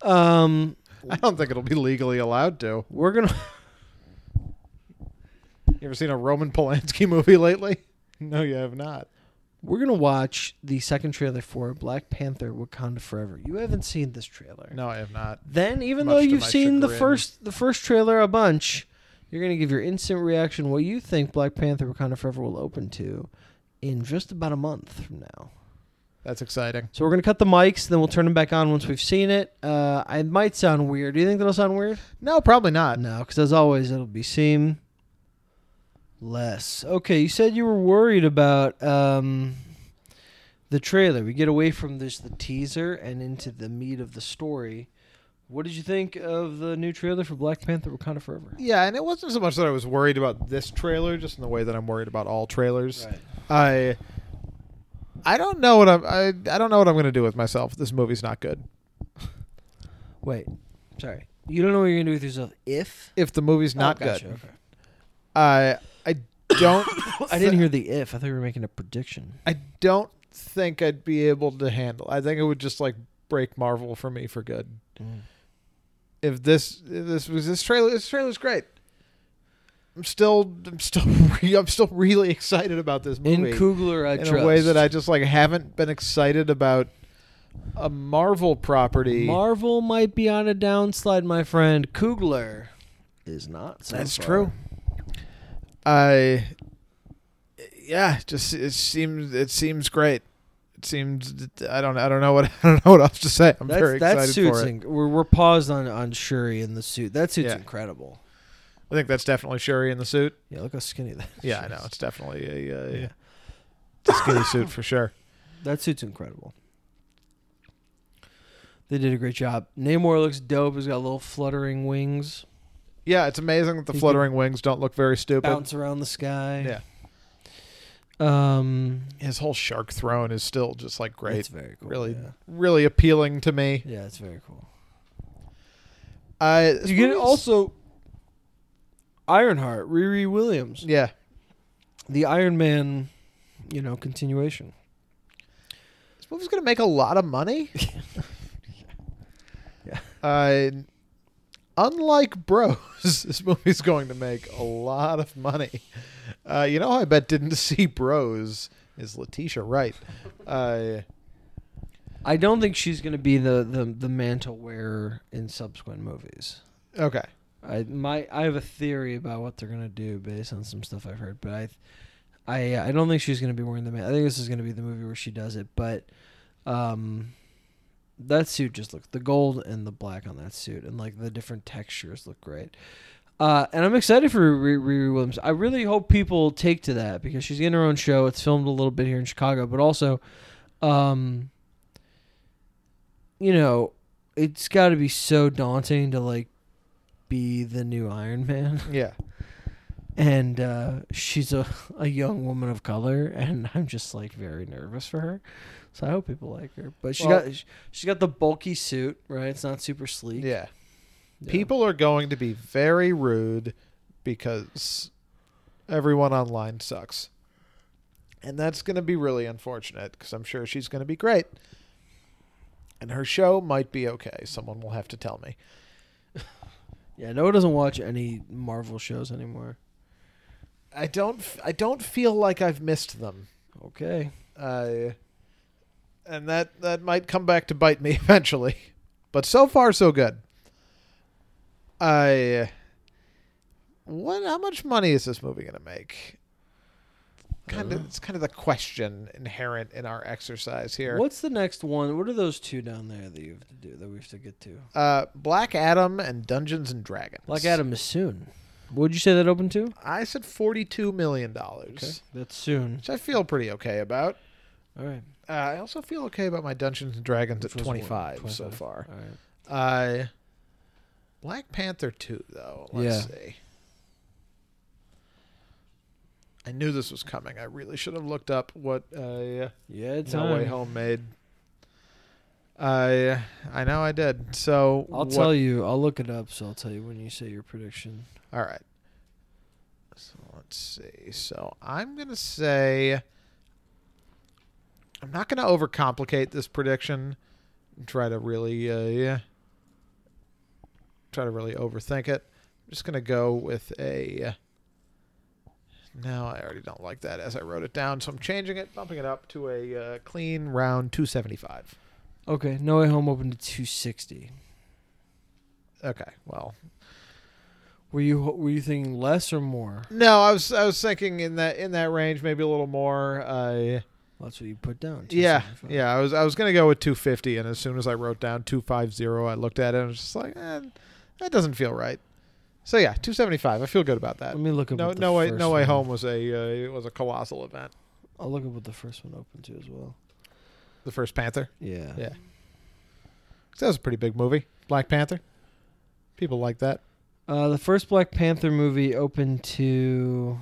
S1: Um,
S2: I don't think it'll be legally allowed to.
S1: we're gonna.
S2: You ever seen a Roman Polanski movie lately? No, you have not.
S1: We're gonna watch the second trailer for Black Panther: Wakanda Forever. You haven't seen this trailer.
S2: No, I have not.
S1: Then, even
S2: Much
S1: though
S2: to
S1: you've
S2: my
S1: seen the
S2: chagrin.
S1: first the first trailer a bunch, you're gonna give your instant reaction what you think Black Panther: Wakanda Forever will open to in just about a month from now.
S2: That's exciting.
S1: So we're gonna cut the mics, then we'll turn them back on once we've seen it. Uh, it might sound weird. Do you think that'll sound weird?
S2: No, probably not.
S1: No, because as always, it'll be seem less. Okay, you said you were worried about um, the trailer. We get away from this the teaser and into the meat of the story. What did you think of the new trailer for Black Panther: Wakanda Forever?
S2: Yeah, and it wasn't so much that I was worried about this trailer, just in the way that I'm worried about all trailers. I I don't know what I'm I, I don't know what I'm gonna do with myself. This movie's not good.
S1: Wait, sorry. You don't know what you're gonna do with yourself if
S2: If the movie's not
S1: Oh, gotcha,
S2: good,
S1: okay.
S2: I I don't
S1: I didn't hear the if. I thought you were making a prediction.
S2: I don't think I'd be able to handle. I think it would just like break Marvel for me for good. If this if this was this trailer, this trailer's great. I'm still I'm still re- I'm still really excited about this
S1: In
S2: movie
S1: Kugler, I
S2: in
S1: trust.
S2: a way that I just like haven't been excited about a Marvel property.
S1: Marvel might be on a downslide, my friend. Kugler is not. so
S2: That's
S1: far.
S2: true. I yeah, just it seems it seems great. It seems I don't I don't know what I don't know what else to say. I'm
S1: That's,
S2: very
S1: that
S2: excited
S1: suit's
S2: for it.
S1: inc- we're, we're paused on on Shuri in the suit. That suit's
S2: Yeah.
S1: incredible.
S2: I think that's definitely Shuri in the suit.
S1: Yeah, look how skinny that.
S2: Yeah, I
S1: is.
S2: know. It's definitely a, uh,
S1: Yeah.
S2: a skinny suit for sure.
S1: That suit's incredible. They did a great job. Namor looks dope. He's got little fluttering wings,
S2: Yeah, it's amazing that the
S1: You
S2: fluttering wings don't look very stupid.
S1: bounce around the sky.
S2: Yeah.
S1: Yeah. Um,
S2: His whole shark throne is still just like great.
S1: It's very cool.
S2: really,
S1: Yeah.
S2: really appealing to me.
S1: yeah, it's very cool.
S2: I
S1: You get also Ironheart, Riri Williams,
S2: yeah.
S1: the Iron Man, you know, continuation.
S2: This movie's gonna make a lot of money.
S1: Yeah.
S2: Uh, unlike Bros, this movie's going to make a lot of money. Uh, you know, who I bet didn't see Bros is Letitia Wright. Uh,
S1: I don't think she's going to be the, the the mantle wearer in subsequent movies.
S2: okay,
S1: I my I have a theory about what they're going to do based on some stuff I've heard, but I I I don't think she's going to be wearing the mantle. I think this is going to be the movie where she does it, but um that suit just looks the gold and the black on that suit and like the different textures look great. Uh, and I'm excited for Riri Riri Williams. I really hope people take to that because she's in her own show. It's filmed a little bit here in Chicago, but also, um, you know, it's got to be so daunting to like be the new Iron Man.
S2: yeah,
S1: And uh, she's a, a young woman of color, and I'm just like very nervous for her. So I hope people like her. But she
S2: Well-
S1: got she, she got the bulky suit, right? It's not super sleek.
S2: yeah.
S1: Yeah.
S2: People are going to be very rude because everyone online sucks, and that's gonna be really unfortunate. Because I'm sure she's gonna be great, and her show might be okay. Someone will have to tell me.
S1: Yeah, Noah doesn't watch any Marvel shows anymore.
S2: I don't. f- I don't feel like I've missed them.
S1: Okay.
S2: Uh, and that that might come back to bite me eventually. But so far, so good. I. What? How much money is this movie gonna make? Kind of.
S1: Dunno.
S2: It's kind of the question inherent in our exercise here.
S1: What's the next one? What are those two down there that you have to do that we have to get to?
S2: Uh, Black Adam and Dungeons and Dragons.
S1: Black Adam is soon. Would you say that open to?
S2: I said forty-two million dollars,
S1: That's soon.
S2: which I feel pretty okay about.
S1: All right.
S2: Uh, I also feel okay about my Dungeons and Dragons
S1: Which
S2: at
S1: was one?
S2: 25, so
S1: 25.
S2: far.
S1: All right.
S2: Uh, Black Panther 2, though. Let's see. I knew this was coming. I really should have looked up what uh,
S1: Yeah, it's
S2: No Way
S1: on.
S2: Home made. I I know I did. So
S1: I'll tell you. I'll look it up. So I'll tell you when you say your prediction.
S2: All right. So let's see. So I'm gonna say I'm not gonna overcomplicate this prediction. And try to really, uh, yeah, try to really overthink it. I'm just gonna go with a. No, I already don't like that as I wrote it down, so I'm changing it, bumping it up to a uh, clean round 275.
S1: Okay, No Way Home opened at 260.
S2: Okay, well,
S1: Were you were you thinking less or more?
S2: no, I was I was thinking in that in that range, maybe a little more. Uh,
S1: Well, that's what you put down.
S2: Yeah,
S1: 275.
S2: yeah. I was I was gonna go with 250, and as soon as I wrote down 250, I looked at it and I was just like, eh, that doesn't feel right. So yeah, 275. I feel good about that.
S1: Let me look up.
S2: No,
S1: what the
S2: no way,
S1: first
S2: no way
S1: one-
S2: home was a uh, it was a colossal event.
S1: I'll look up what the first one opened to as well.
S2: The first Panther.
S1: Yeah.
S2: Yeah. 'Cause That was a pretty big movie, Black Panther. People like that.
S1: Uh, the first Black Panther movie opened to.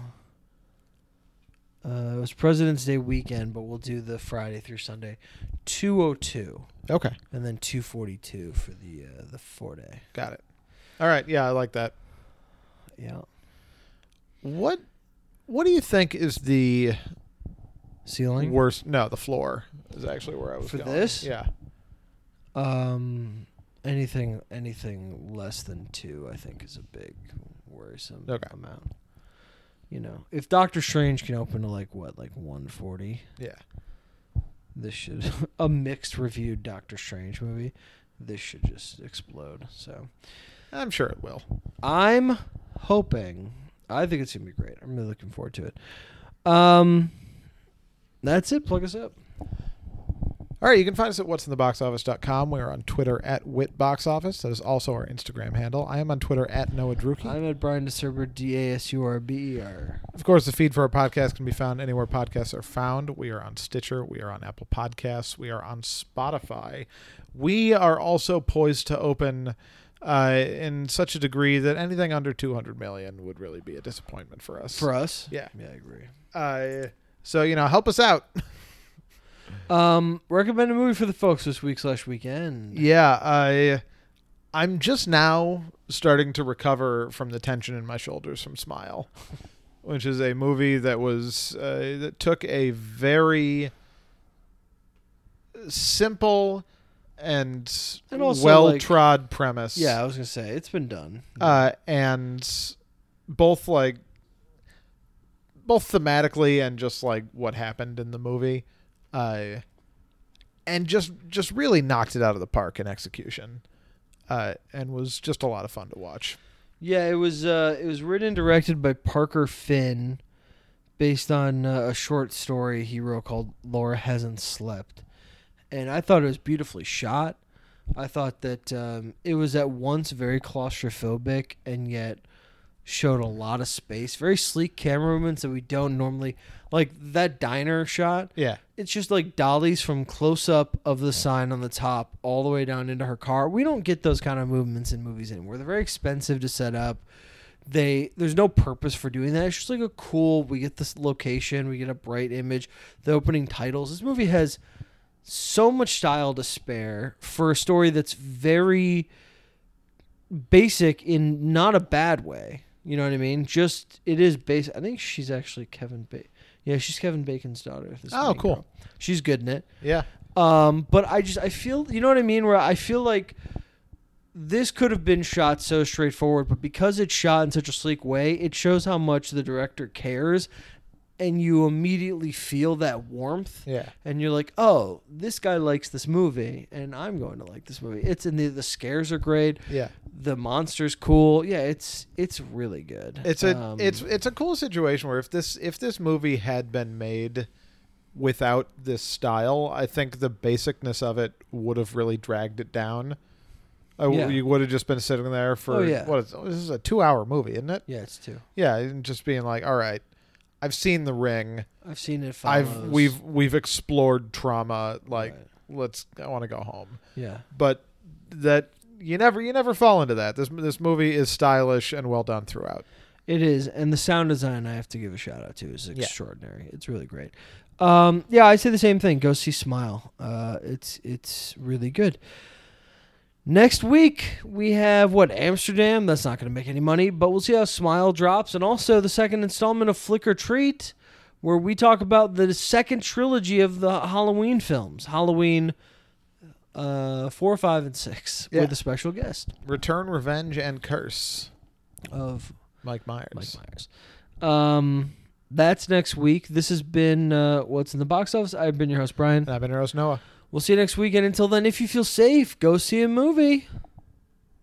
S1: Uh, it was President's Day weekend, but we'll do the Friday through Sunday, 202,
S2: Okay,
S1: and then 242 for the uh, the four day.
S2: got it. All right, yeah, I like that.
S1: Yeah.
S2: What What do you think is the
S1: Ceiling.
S2: worst? No, the floor is actually where I was
S1: For
S2: going.
S1: this?
S2: Yeah.
S1: Um, anything anything less than two, I think, is a big worrisome
S2: Okay.
S1: amount. You know, if Doctor Strange can open to like what, like one forty,
S2: Yeah.
S1: this should a mixed reviewed Doctor Strange movie. This should just explode. So
S2: I'm sure it will.
S1: I'm hoping. I think it's gonna be great. I'm really looking forward to it. Um, that's it. Plug us up.
S2: All right, you can find us at what'sintheboxoffice.com. We are on Twitter at witboxoffice. That is also our Instagram handle. I am on Twitter at Noah Druki.
S1: I'm at Brian DeSerber, D A S U R B E R.
S2: of course, the feed for our podcast can be found anywhere podcasts are found. We are on Stitcher. We are on Apple Podcasts. We are on Spotify. We are also poised to open uh, in such a degree that anything under 200 million would really be a disappointment for us.
S1: For us.
S2: Yeah.
S1: Yeah, I agree.
S2: Uh, so, you know, help us out.
S1: Um, recommend a movie for the folks this week slash weekend.
S2: Yeah, I I'm just now starting to recover from the tension in my shoulders from Smile, which is a movie that was uh, that took a very simple and,
S1: And also,
S2: well
S1: like-
S2: trod premise.
S1: Yeah, I was gonna say it's been done.
S2: uh, and both like both thematically and just like what happened in the movie uh and just just really knocked it out of the park in execution uh and was just a lot of fun to watch
S1: yeah, it was uh, it was written and directed by Parker Finn, based on uh, a short story he wrote called "Laura Hasn't Slept," and I thought it was beautifully shot. I thought that um, it was at once very claustrophobic and yet showed a lot of space. Very sleek camera movements that we don't normally like. That diner shot
S2: yeah
S1: it's just like dollies from close up of the sign on the top all the way down into her car. We don't get those kind of movements in movies anymore. They're very expensive to set up. They there's no purpose for doing that. It's just like a cool. We get this location. We get a bright image. The opening titles. This movie has so much style to spare for a story that's very basic in not a bad way. You know what I mean? Just it is basic. I think she's actually Kevin Bacon. Yeah, she's Kevin Bacon's daughter. this
S2: Oh,
S1: main
S2: cool.
S1: girl. She's good in it.
S2: yeah
S1: Um, but I just I feel you know what I mean. Where I feel like this could have been shot so straightforward, but because it's shot in such a sleek way, it shows how much the director cares, and you immediately feel that warmth
S2: yeah
S1: and you're like, oh, this guy likes this movie, and I'm going to like this movie. It's in the the scares are great,
S2: yeah
S1: the monster's cool. Yeah, it's it's really good.
S2: it's a
S1: Um,
S2: it's it's a cool situation where if this if this movie had been made without this style i think the basicness of it would have really dragged it down I w-
S1: Yeah.
S2: you would have just been sitting there for
S1: Oh, yeah.
S2: what is, this is a two hour movie isn't it
S1: yeah, it's two.
S2: yeah and just being like all right i've seen the ring
S1: I've seen it.
S2: i've
S1: follows-
S2: we've we've explored trauma like
S1: Right.
S2: let's i want to go home
S1: yeah
S2: but that you never you never fall into that this this movie is stylish and well done throughout
S1: It is, and the sound design I have to give a shout out to is
S2: Yeah.
S1: extraordinary. It's really great. Um, yeah, I say the same thing. Go see Smile. Uh, it's it's really good. Next week we have what Amsterdam. That's not going to make any money, but we'll see how Smile drops, and also the second installment of Flicker Treat, where we talk about the second trilogy of the Halloween films, Halloween uh, four, five, and six,
S2: Yeah.
S1: with a special guest
S2: return revenge and curse
S1: of
S2: mike myers
S1: Mike Myers. Um, that's next week. This has been uh, what's in the box office. I've been your host Brian.
S2: and i've been Eros noah
S1: We'll see you next week. And until then, if you feel safe, go see a movie.